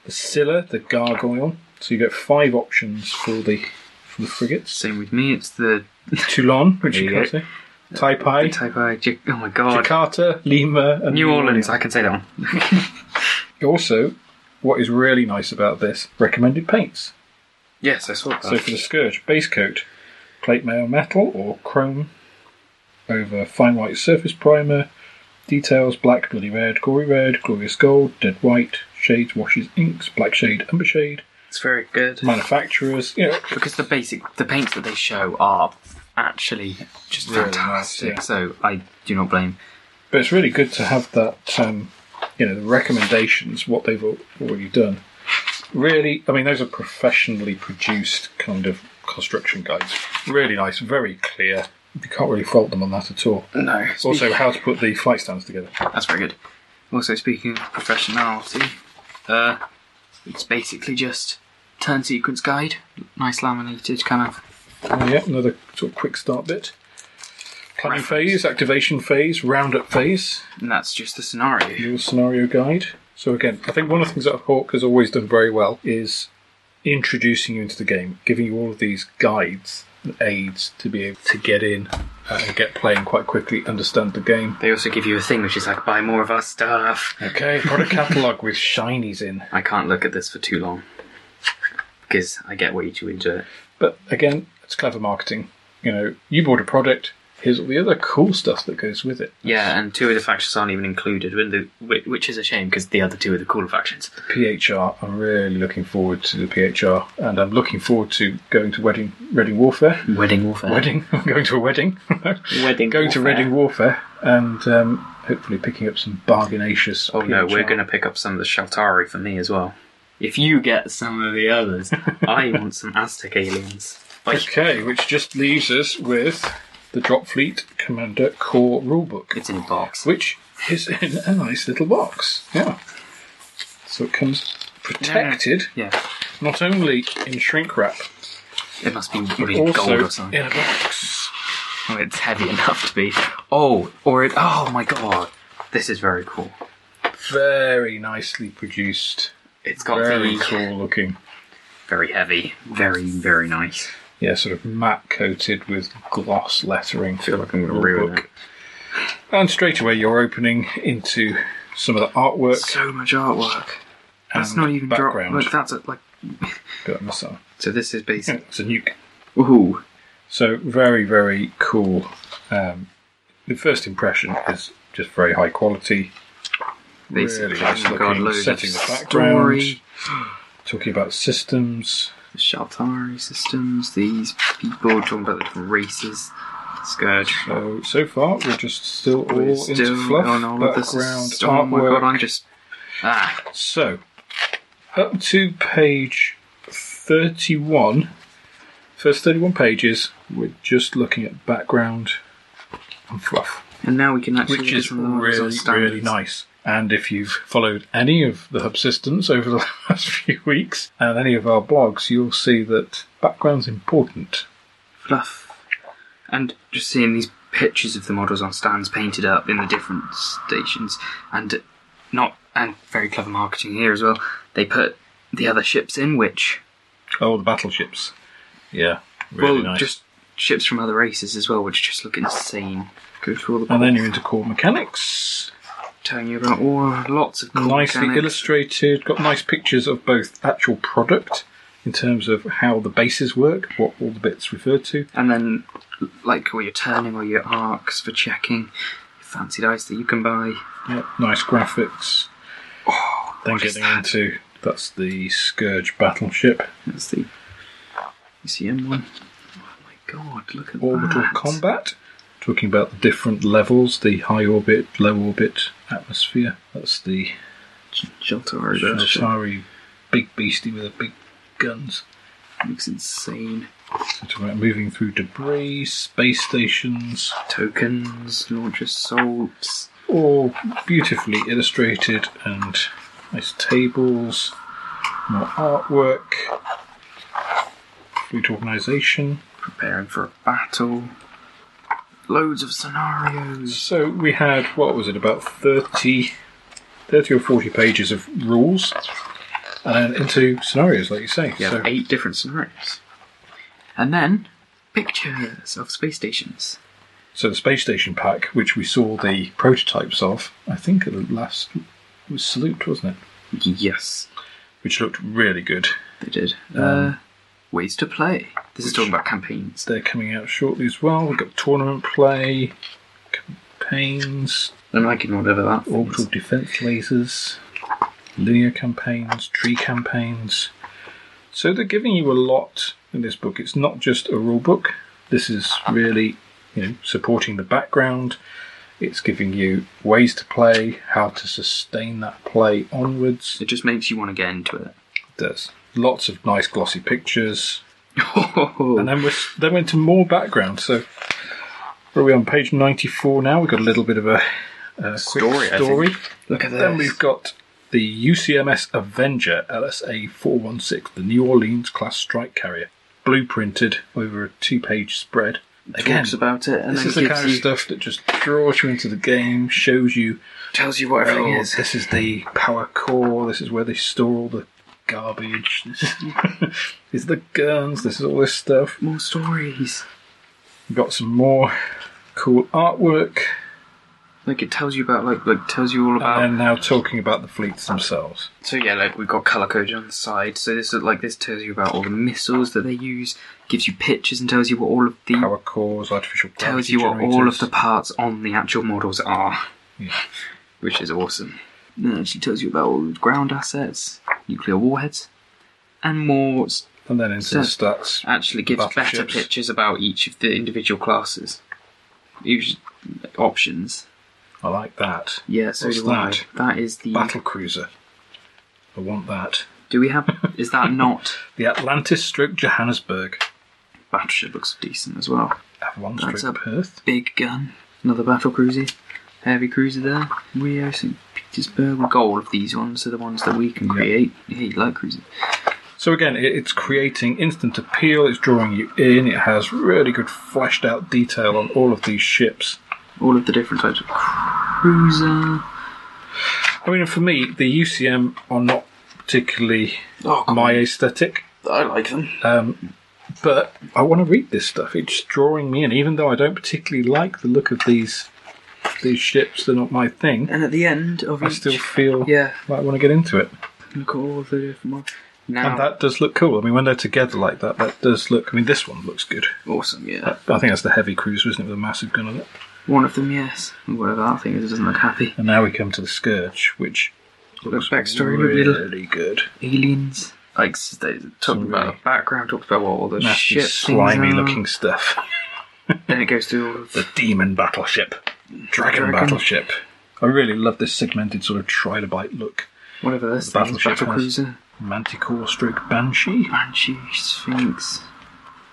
S3: the scylla, the gargoyle. So you get five options for the for the frigates.
S2: Same with me. It's the
S3: Toulon, which you
S2: There
S3: can say.
S2: you
S3: Taipei,
S2: type I. J- Oh my god.
S3: Jakarta, Lima, and
S2: New Orleans. I can say that one.
S3: Also, what is really nice about this recommended paints.
S2: Yes, I saw that.
S3: So for the scourge, base coat, plate mail metal or chrome over fine white surface primer, details black, bloody red, gory red, glorious gold, dead white, shades, washes, inks, black shade, umber shade,
S2: it's very good.
S3: manufacturers. You know,
S2: because the basic the paints that they show are actually just
S3: Really nice,
S2: fantastic.
S3: yeah.
S2: So I do not blame.
S3: but it's really good to have that. Um, you know the recommendations, what they've al- already done. Really, I mean, those are professionally produced kind of construction guides. Really nice, very clear. You can't really fault them on that at all.
S2: No.
S3: Also, how to put the flight stands together.
S2: that's very good. Also, speaking of professionality, uh, it's basically just turn sequence guide, nice laminated kind of.
S3: Oh, yeah, another sort of quick start bit. Planning
S2: Reference.
S3: phase, activation phase, roundup phase,
S2: And that's just the scenario.
S3: your scenario guide. So again, I think one of the things that Hawk has always done very well is introducing you into the game, giving you all of these guides and aids to be able to get in uh, and get playing quite quickly, understand the game.
S2: They also give you a thing which is like buy more of our stuff.
S3: Okay, product catalogue with shinies in.
S2: I can't look at this for too long because I get way too into it.
S3: But again, it's clever marketing. You know, you bought a product, here's all the other cool stuff that goes with it.
S2: Yeah, and two of the factions aren't even included, when the- whi- which is a shame because the other two are the cooler factions.
S3: PHR. I'm really looking forward to the PHR, and I'm looking forward to going to wedding, Reading Warfare.
S2: Wedding warfare.
S3: Wedding. I'm going to a wedding.
S2: Wedding
S3: going to
S2: warfare.
S3: Reading Warfare, and um, hopefully picking up some bargainacious.
S2: Oh no, we're
S3: PHR.
S2: going to pick up some of the Shaltari for me as well. If you get some of the others, I want some Aztec aliens. Like,
S3: Okay, which just leaves us with the Drop Fleet Commander Core Rulebook,
S2: it's in a box.
S3: which is in a nice little box. Yeah. So it comes protected,
S2: Yeah,
S3: not only in shrink wrap,
S2: it must be
S3: but
S2: really gold
S3: also
S2: or something.
S3: in a box.
S2: Oh, it's heavy enough to be. Oh, or it. Oh my god, this is very cool.
S3: Very nicely produced.
S2: It's got
S3: very
S2: very,
S3: cool looking.
S2: very heavy, very very nice.
S3: Yeah, sort of matte coated with gloss lettering.
S2: feel like I'm gonna ruin it.
S3: And straight away, you're opening into some of the artwork.
S2: So much artwork. That's
S3: and
S2: not even drop.
S3: background.
S2: Look, that's a, like.
S3: Go on, that's on.
S2: So this is
S3: Yeah,
S2: basically.
S3: It's a nuke.
S2: Ooh,
S3: So very, very cool. Um, the first impression is just very high quality.
S2: basically.
S3: really nice
S2: oh my god,
S3: looking.
S2: loads of
S3: Setting the background.
S2: story.
S3: Talking about systems.
S2: the Shaltari systems, these people talking about the different races, Scourge.
S3: So so far, we're just still all
S2: We're
S3: into fluff,
S2: on all of this
S3: background,
S2: is- Oh my
S3: artwork,
S2: god, I'm just. Ah,
S3: So, up to page 31, first 31 pages, we're just looking at background and fluff,
S2: and now we can actually.
S3: which
S2: look at
S3: is
S2: some of the ones on
S3: really,
S2: standards.
S3: really nice. And if you've followed any of the hub systems over the last few weeks and any of our blogs, you'll see that background's important.
S2: Fluff. And just seeing these pictures of the models on stands painted up in the different stations, and not. and very clever marketing here as well. They put the other ships in, which.
S3: Oh, the battleships. Yeah, really
S2: well,
S3: nice.
S2: just ships from other races as well, which just look insane. Go through all the
S3: and then you're into core mechanics.
S2: telling you about all lots of cool
S3: nicely
S2: mechanics.
S3: illustrated, got nice pictures of both actual product in terms of how the bases work, what all the bits refer to.
S2: and then like where you're turning or your arcs for checking fancy dice that you can buy.
S3: Yep, nice graphics. then
S2: is
S3: getting
S2: that?
S3: into that's the Scourge battleship,
S2: That's the UCM one. Oh my god, look at
S3: orbital
S2: that.
S3: combat. Talking about the different levels, the high orbit, low orbit, atmosphere. That's the
S2: Joltari version.
S3: Shatari big beastie with the big guns.
S2: Looks insane.
S3: Talking about moving through debris, space stations,
S2: Tokens, launch assaults.
S3: all beautifully illustrated and nice tables, more artwork, fleet organisation.
S2: preparing for a battle. Loads of scenarios.
S3: So we had, what was it, about 30, 30 or 40 pages of rules and into scenarios, like you say.
S2: You
S3: so
S2: have eight different scenarios. And then pictures of space stations.
S3: So the space station pack, which we saw the prototypes of, I think at the last it was Salute, wasn't it?
S2: Yes,
S3: Which looked really good.
S2: they did. uh, ways to play. This is
S3: which-
S2: talking about campaigns.
S3: They're coming out shortly as well. We've got tournament play, campaigns,
S2: I'm liking whatever that thing
S3: orbital
S2: is.
S3: defense lasers, linear campaigns, tree campaigns. So they're giving you a lot in this book. It's not just a rule book. This is really, you know, supporting the background. It's giving you ways to play, how to sustain that play onwards.
S2: It just makes you want to get into it.
S3: There's lots of nice glossy pictures, and
S2: Oh,
S3: then we're then we're into more background. So, are we on page ninety-four now? We've got a little bit of a, a
S2: Story, I
S3: Quick
S2: think.
S3: story.
S2: Look at
S3: Then
S2: this.
S3: we've got the UCMS Avenger LSA four one six, the New Orleans class strike carrier, blueprinted over a two-page spread. Again,
S2: talks about it and
S3: this
S2: then
S3: is the
S2: gives
S3: kind
S2: you,
S3: of stuff that just draws you into the game, shows you
S2: tells you what everything
S3: Oh,
S2: is.
S3: This is the power core. This is where they store all the garbage. This is, these are the guns. This is all this stuff.
S2: More stories.
S3: We've got some more cool artwork.
S2: Like it tells you about like like tells you all about
S3: And now talking about the fleets themselves.
S2: So yeah, like we've got color coded on the side. So this is- like this tells you about all the missiles that they use, gives you pictures and tells you what all of the
S3: Power cores, artificial gravity
S2: tells you what
S3: generators.
S2: all of the parts on the actual models are, which is awesome. And it actually tells you about all the ground assets, nuclear warheads, and more. s-
S3: and then into the stats.
S2: Actually, gives better
S3: Battleships.
S2: pictures about each of the individual classes, each options.
S3: I like that.
S2: Yeah, so
S3: What's
S2: do I.
S3: that?
S2: That is the.
S3: Battle cruiser. I want that.
S2: Do we have? Is that not
S3: The Atlantis stroke Johannesburg.
S2: battleship? Looks decent as well.
S3: Avalon
S2: That's
S3: stroke
S2: a-
S3: Perth.
S2: big gun. Another battle cruiser. Heavy cruiser there. Rio, St. Petersburg. The goal of these ones are the ones that we can create. Yeah, you like cruising.
S3: So again, it- it's creating instant appeal. It's drawing you in. It has really good fleshed out detail on all of these ships.
S2: All of the different types of cruiser.
S3: I mean, for me, the UCM are not particularly
S2: Oh,
S3: my aesthetic,
S2: I like them.
S3: Um, but I want to read this stuff. It's drawing me in, even though I don't particularly like the look of these these ships. They're not my thing.
S2: And at the end of
S3: I
S2: each,
S3: still feel
S2: Yeah.
S3: like I want to get into it.
S2: look at all the different ones.
S3: And
S2: Now,
S3: that does look cool. I mean, when they're together like that, that does look. I mean, this one looks good.
S2: awesome, yeah.
S3: I think that's the heavy cruiser, isn't it, with a massive gun on it?
S2: One of them, yes. Whatever that thing is, it doesn't look happy.
S3: And now we come to the Scourge, which looks
S2: backstory would be-
S3: really good.
S2: Aliens. Like, s- they talking about
S3: really
S2: the background, talks about what all the
S3: Nasty,
S2: shit things
S3: slimy
S2: are.
S3: looking stuff.
S2: Then it goes through all of
S3: the demon battleship, dragon,
S2: Dragon.
S3: battleship. I really love this segmented sort of trilobite look.
S2: whatever this
S3: The
S2: thing is,
S3: battleship
S2: battle
S3: has-
S2: cruiser.
S3: Manticore stroke banshee.
S2: Banshee, Sphinx,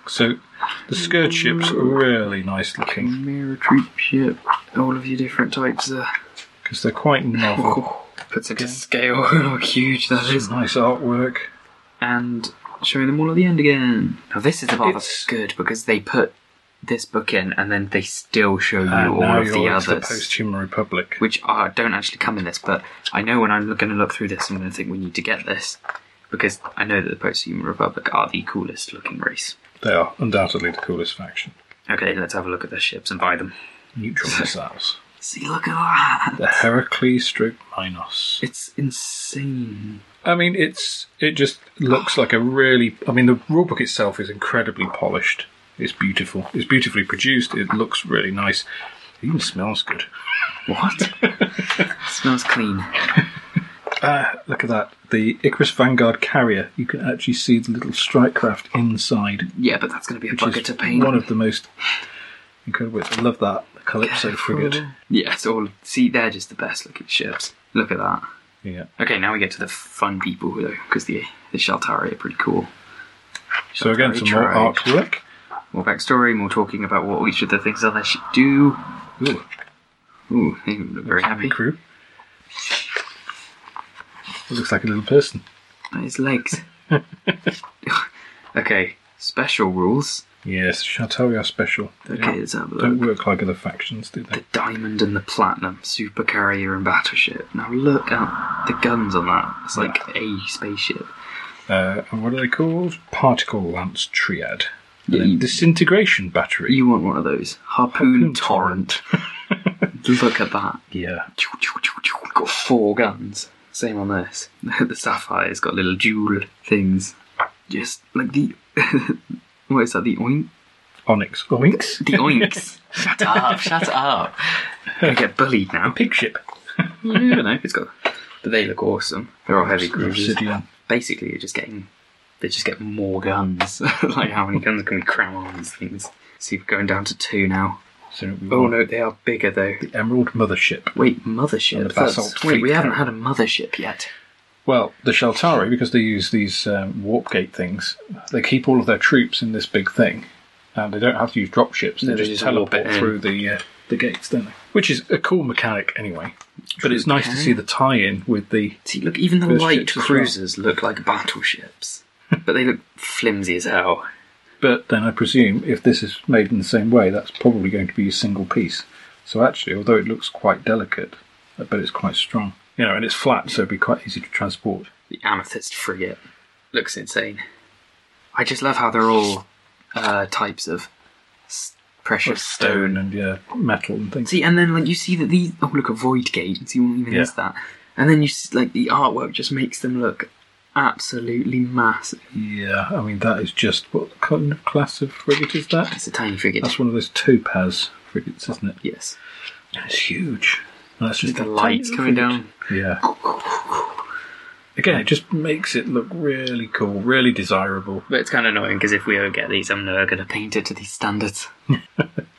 S3: So the skirt ships are really nice looking
S2: Mirror Troop Ship, all of your different types there.
S3: because they're quite novel.
S2: Oh, puts into scale how huge that is.
S3: Some nice artwork.
S2: And showing them all at the end again. Now, this is the part
S3: It's-
S2: that's good because they put this book in and then they still show you
S3: And
S2: all
S3: now
S2: of
S3: you're
S2: the
S3: into the
S2: others.
S3: post-human republic.
S2: which are, don't actually come in this, but I know when I'm going to look through this, I'm going to think we need to get this because I know that the Post Human Republic are the coolest looking race.
S3: They are undoubtedly the coolest faction.
S2: Okay, let's have a look at their ships and buy them.
S3: Neutral missiles.
S2: See, look at that!
S3: The Heracles stroke Minos.
S2: It's insane.
S3: I mean, it's it just looks like a really. I mean, the rulebook itself is incredibly polished. It's beautiful. It's beautifully produced. It looks really nice. It even smells good.
S2: What? smells clean.
S3: Ah, look at that. The Icarus Vanguard carrier. You can actually see the little strike craft inside,
S2: Yeah, but that's going to be a
S3: which
S2: bucket
S3: is
S2: of paint.
S3: one of the most incredible. I love that the Calypso frigate.
S2: Yeah, it's all. See, they're just the best looking ships. Look at that.
S3: Yeah.
S2: Okay, now we get to the fun people though, because the the Shaltari are pretty cool.
S3: So again, some more
S2: tried.
S3: artwork.
S2: More backstory, more talking about what each of the things are they should do.
S3: Ooh,
S2: Ooh, they look very happy.
S3: crew. It looks like a little person.
S2: But his legs. okay, special rules.
S3: Yes, Chateau are special. They
S2: Okay,
S3: don't-
S2: let's have a look.
S3: don't work like other factions, do they?
S2: The diamond and the platinum, super carrier and battleship. Now look at the guns on that. It's like a spaceship.
S3: Uh, and what are they called? Particle Lance Triad. And
S2: Yeah,
S3: then
S2: you-
S3: disintegration battery.
S2: You want one of those.
S3: Harpoon
S2: Harpoon, torrent. look at that.
S3: yeah.
S2: Got four guns. Same on this. the sapphire's got little jewel things. Just like the. what is that? The oink?
S3: Onyx. Oinks?
S2: The oinks. shut up, shut up. I get bullied now.
S3: Pig ship.
S2: I don't know. It's got. But they look awesome. They're all heavy cruisers.
S3: Obsidian.
S2: Basically, you're just getting. They just get more guns. like, how many guns can we cram on these things? See, we're going down to two now.
S3: So we
S2: Oh
S3: want
S2: no, they are bigger though.
S3: the Emerald Mothership.
S2: Wait, mothership.
S3: And the
S2: That's-
S3: basalt
S2: wait,
S3: fleet
S2: we haven't
S3: carrier.
S2: had a mothership yet.
S3: Well, the Sheltari, because they use these um, warp gate things, they keep all of their troops in this big thing. And they don't have to use drop ships, they
S2: No, they
S3: just
S2: just warp
S3: teleport
S2: it in.
S3: through the uh, the gates, don't they? Which is a cool mechanic anyway. But it's nice to
S2: Okay.
S3: see the tie in with the.
S2: See, look, even the
S3: Cruise
S2: light
S3: ships as well.
S2: cruisers look like battleships, but they look flimsy as hell.
S3: But then I presume if this is made in the same way, that's probably going to be a single piece. So actually, although it looks quite delicate, I bet it's quite strong. You know, and it's flat, so it'd be quite easy to transport.
S2: The amethyst frigate looks insane. I just love how they're all uh, types of s- precious stone.
S3: and yeah, metal and things.
S2: See, and then like you see that these oh look a void gate. See, what even is that? And then you s like the artwork just makes them look absolutely massive.
S3: Yeah, I mean that is just what kind of class of frigate is that?
S2: It's a tiny frigate.
S3: That's one of those Topaz frigates, isn't it?
S2: yes,
S3: It's huge. And that's just
S2: the
S3: a
S2: lights
S3: tiny
S2: coming
S3: frigate.
S2: down.
S3: Yeah. Again, it just makes it look really cool, really desirable.
S2: But it's kind of annoying because if we don't get these, I'm never going to paint it to these standards.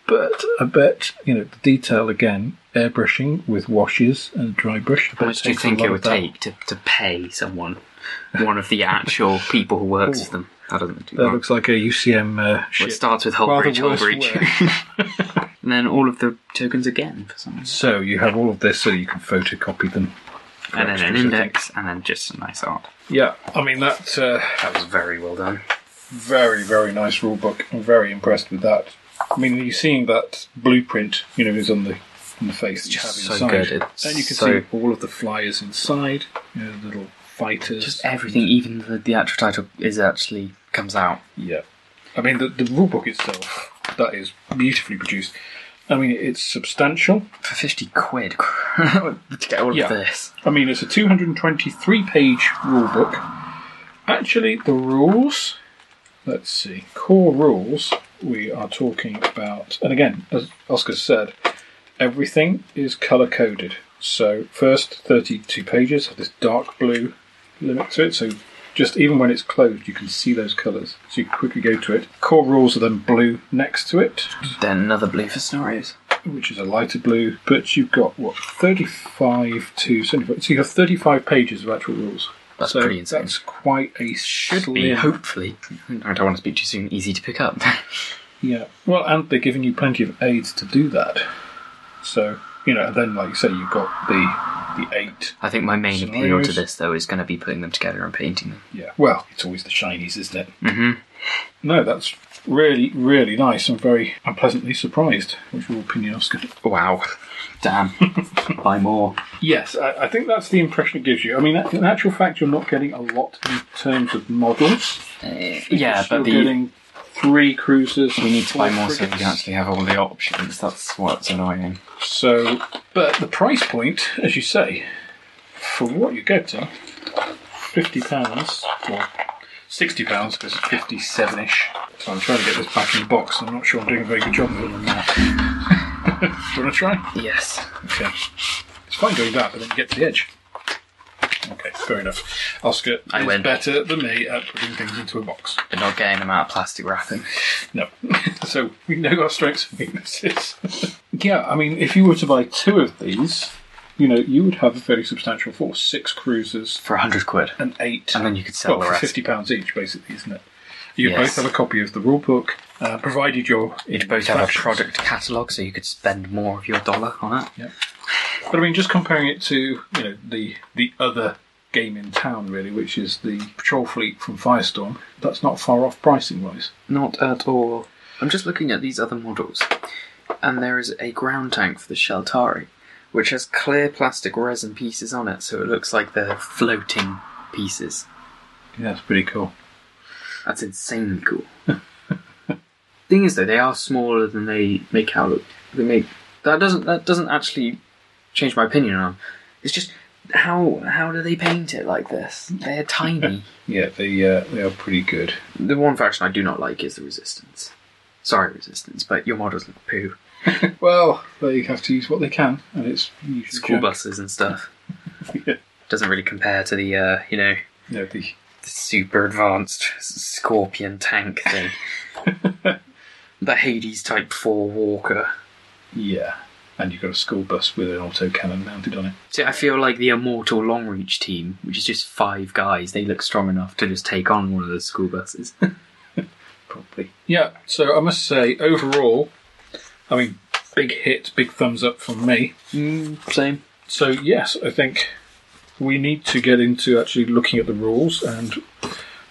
S3: But I bet you know the detail again, airbrushing with washes and dry brush. I bet
S2: How much do you
S3: takes a
S2: think
S3: lot
S2: it
S3: of
S2: would
S3: that.
S2: take to, to pay someone, one of the actual people who works with them? That doesn't do
S3: That
S2: well.
S3: looks like a UCM uh,
S2: Well,
S3: ship.
S2: It starts with
S3: Rather
S2: Holbridge,
S3: worse
S2: Holbridge. and then all of the tokens again for some reason.
S3: So you have all of this, so you can photocopy them.
S2: And then
S3: Extras,
S2: an
S3: I think.
S2: index, and then just some nice art.
S3: Yeah, I mean that uh,
S2: That was very well done.
S3: very very nice rulebook. I'm very impressed with that. I mean, you're seeing that blueprint, you know, is on the on the face. It's
S2: just
S3: you have
S2: so
S3: inside.
S2: good. It's
S3: and you can
S2: so-
S3: see all of the flyers inside, you know, the little fighters.
S2: Just everything, even the, the actual title, is actually comes out.
S3: Yeah. I mean, the, the rule book itself, that is beautifully produced. I mean, it's substantial.
S2: For 50 quid to get all
S3: Yeah.
S2: of this.
S3: I mean, it's a 223 page rule book. Actually, the rules, let's see, core rules we are talking about. And again, as Oscar said, everything is color coded. So, first 32 pages have this dark blue limit to it. So, just even when it's closed, you can see those colors. So, you can quickly go to it. Core rules are then blue next to it
S2: Then another blue for scenarios.
S3: which is a lighter blue, but you've got what 35 to 75. So you have 35 pages of actual rules.
S2: That's
S3: so
S2: pretty insane.
S3: That's quite a should
S2: Be hopefully, I don't want to speak too soon, easy to pick up.
S3: Yeah. Well, and they're giving you plenty of aids to do that. So you know, and then like you say, you've got the the eight.
S2: I think my main appeal to
S3: Scenarios.
S2: this, though, is going to be putting them together and painting them.
S3: Yeah. Well, it's always the shinies, isn't it? Mm-hmm. No, that's really really nice. I'm very I'm pleasantly surprised. What's your opinion, Oscar?
S2: Wow. Damn. Buy more.
S3: Yes, I, I think that's the impression it gives you. I mean, in actual fact, you're not getting a lot in terms of models.
S2: yeah,
S3: you're
S2: but the,
S3: getting three cruisers.
S2: we need to buy more so we
S3: frigates.
S2: can actually have all the options. That's what's annoying.
S3: So, but the price point, as you say, for what you're getting, fifty pounds or sixty pounds because it's fifty-seven-ish. So I'm trying to get this back in the box. I'm not sure I'm doing a very good job of it on that. Do you want to try?
S2: Yes.
S3: Okay. It's fine doing that, but then you get to the edge. Okay, fair enough. Oscar
S2: I
S3: is
S2: win.
S3: better than me at putting things into a box.
S2: But not getting them out of plastic wrapping.
S3: No. so we know our strengths and weaknesses. yeah, I mean, if you were to buy two of these, you know, you would have a fairly substantial force. Six cruisers
S2: For 100 quid.
S3: and eight.
S2: And then you could sell
S3: well,
S2: the
S3: for
S2: rest.
S3: £50 each, basically, isn't it? You
S2: Yes.
S3: both have a copy of the rule book, uh, provided you're.
S2: You'd
S3: in
S2: both have a
S3: factions.
S2: product catalogue, so you could spend more of your dollar on it.
S3: But I mean, just comparing it to you know the the other game in town, really, which is the patrol fleet from Firestorm. That's not far off pricing wise.
S2: Not at all. I'm just looking at these other models, and there is a ground tank for the Sheltari, which has clear plastic resin pieces on it, so it looks like they're floating pieces.
S3: Yeah, that's pretty cool.
S2: That's insanely cool. Thing is, though, they are smaller than they make out look. They make that doesn't that doesn't actually change my opinion on. 'em. It's just how how do they paint it like this? They're tiny.
S3: Yeah, they uh, they are pretty good.
S2: the one faction I do not like is the Resistance. Sorry, Resistance, but your models look poo.
S3: Well, they have to use what they can, and it's usually
S2: School
S3: junk.
S2: buses and stuff
S3: yeah.
S2: doesn't really compare to the uh, you know
S3: No, the
S2: the super advanced Scorpion tank thing. the Hades Type Four Walker.
S3: yeah, and you've got a school bus with an autocannon mounted on it.
S2: See, I feel like the Immortal Long Reach team, which is just five guys, they look strong enough to just take on one of those school buses.
S3: probably. Yeah, so I must say, overall, I mean, big hit, big thumbs up from me.
S2: Mm, same.
S3: So, yes, I think we need to get into actually looking at the rules and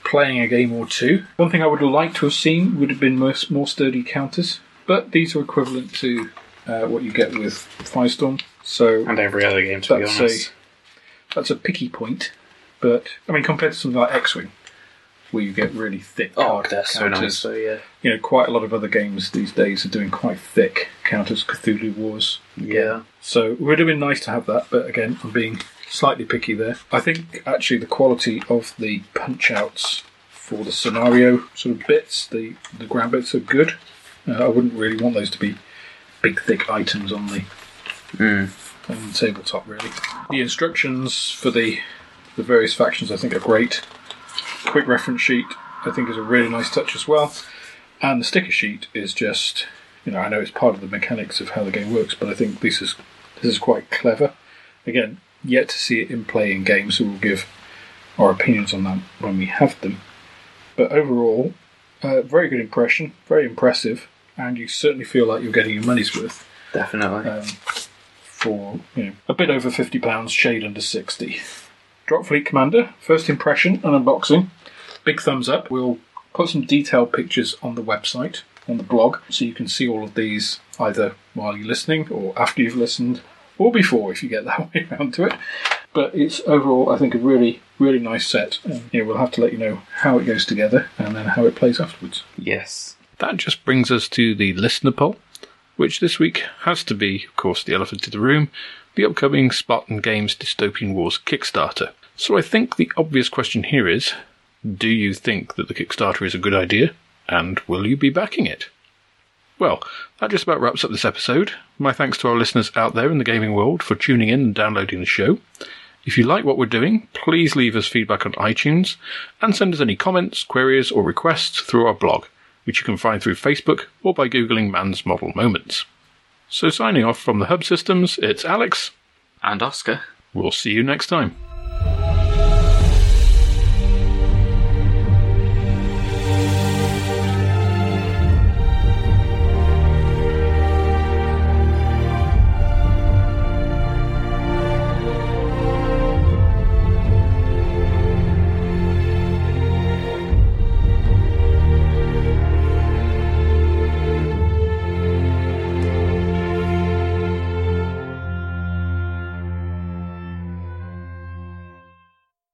S3: playing a game or two. One thing I would like to have seen would have been more, more sturdy counters, but these are equivalent to uh, what you get with Firestorm. So,
S2: And every other game, to
S3: that's a that's a picky point, but I mean compared to something like X Wing, where you get really thick
S2: Oh,
S3: card
S2: they're so
S3: counters,
S2: nice. So, yeah.
S3: you know, quite a lot of other games these days are doing quite thick counters, Cthulhu Wars.
S2: Yeah.
S3: So it would have been nice to have that, but again, I'm being slightly picky there. I think actually the quality of the punch outs for the scenario sort of bits, the, the ground bits are good. Uh, I wouldn't really want those to be big, thick items on the,
S2: Mm.
S3: on the tabletop, really. The instructions for the, the various factions I think are great. Quick reference sheet I think is a really nice touch as well. And the sticker sheet is just, you know, I know it's part of the mechanics of how the game works, but I think this is this is quite clever. Again, yet to see it in play in games, so we'll give our opinions on that when we have them. But overall, uh, very good impression, very impressive, and you certainly feel like you're getting your money's worth
S2: Definitely.
S3: for you know, a bit over fifty pounds, shade under sixty. Drop Fleet Commander, first impression and unboxing. Big thumbs up. We'll put some detailed pictures on the website, on the blog, so you can see all of these either while you're listening or after you've listened, or before if you get that way around to it. But it's overall, I think, a really, really nice set. And you know, we'll have to let you know how it goes together and then how it plays afterwards.
S2: yes.
S1: That just brings us to the listener poll, which this week has to be, of course, the elephant in the room, the upcoming Spartan Games Dystopian Wars Kickstarter. So I think the obvious question here is do you think that the Kickstarter is a good idea, and will you be backing it? Well, that just about wraps up this episode. My thanks to our listeners out there in the gaming world for tuning in and downloading the show. If you like what we're doing, please leave us feedback on iTunes and send us any comments, queries, or requests through our blog, which you can find through Facebook or by Googling Man's Model Moments. So, signing off from the Hub Systems, it's Alex.
S2: And Oscar.
S1: We'll see you next time.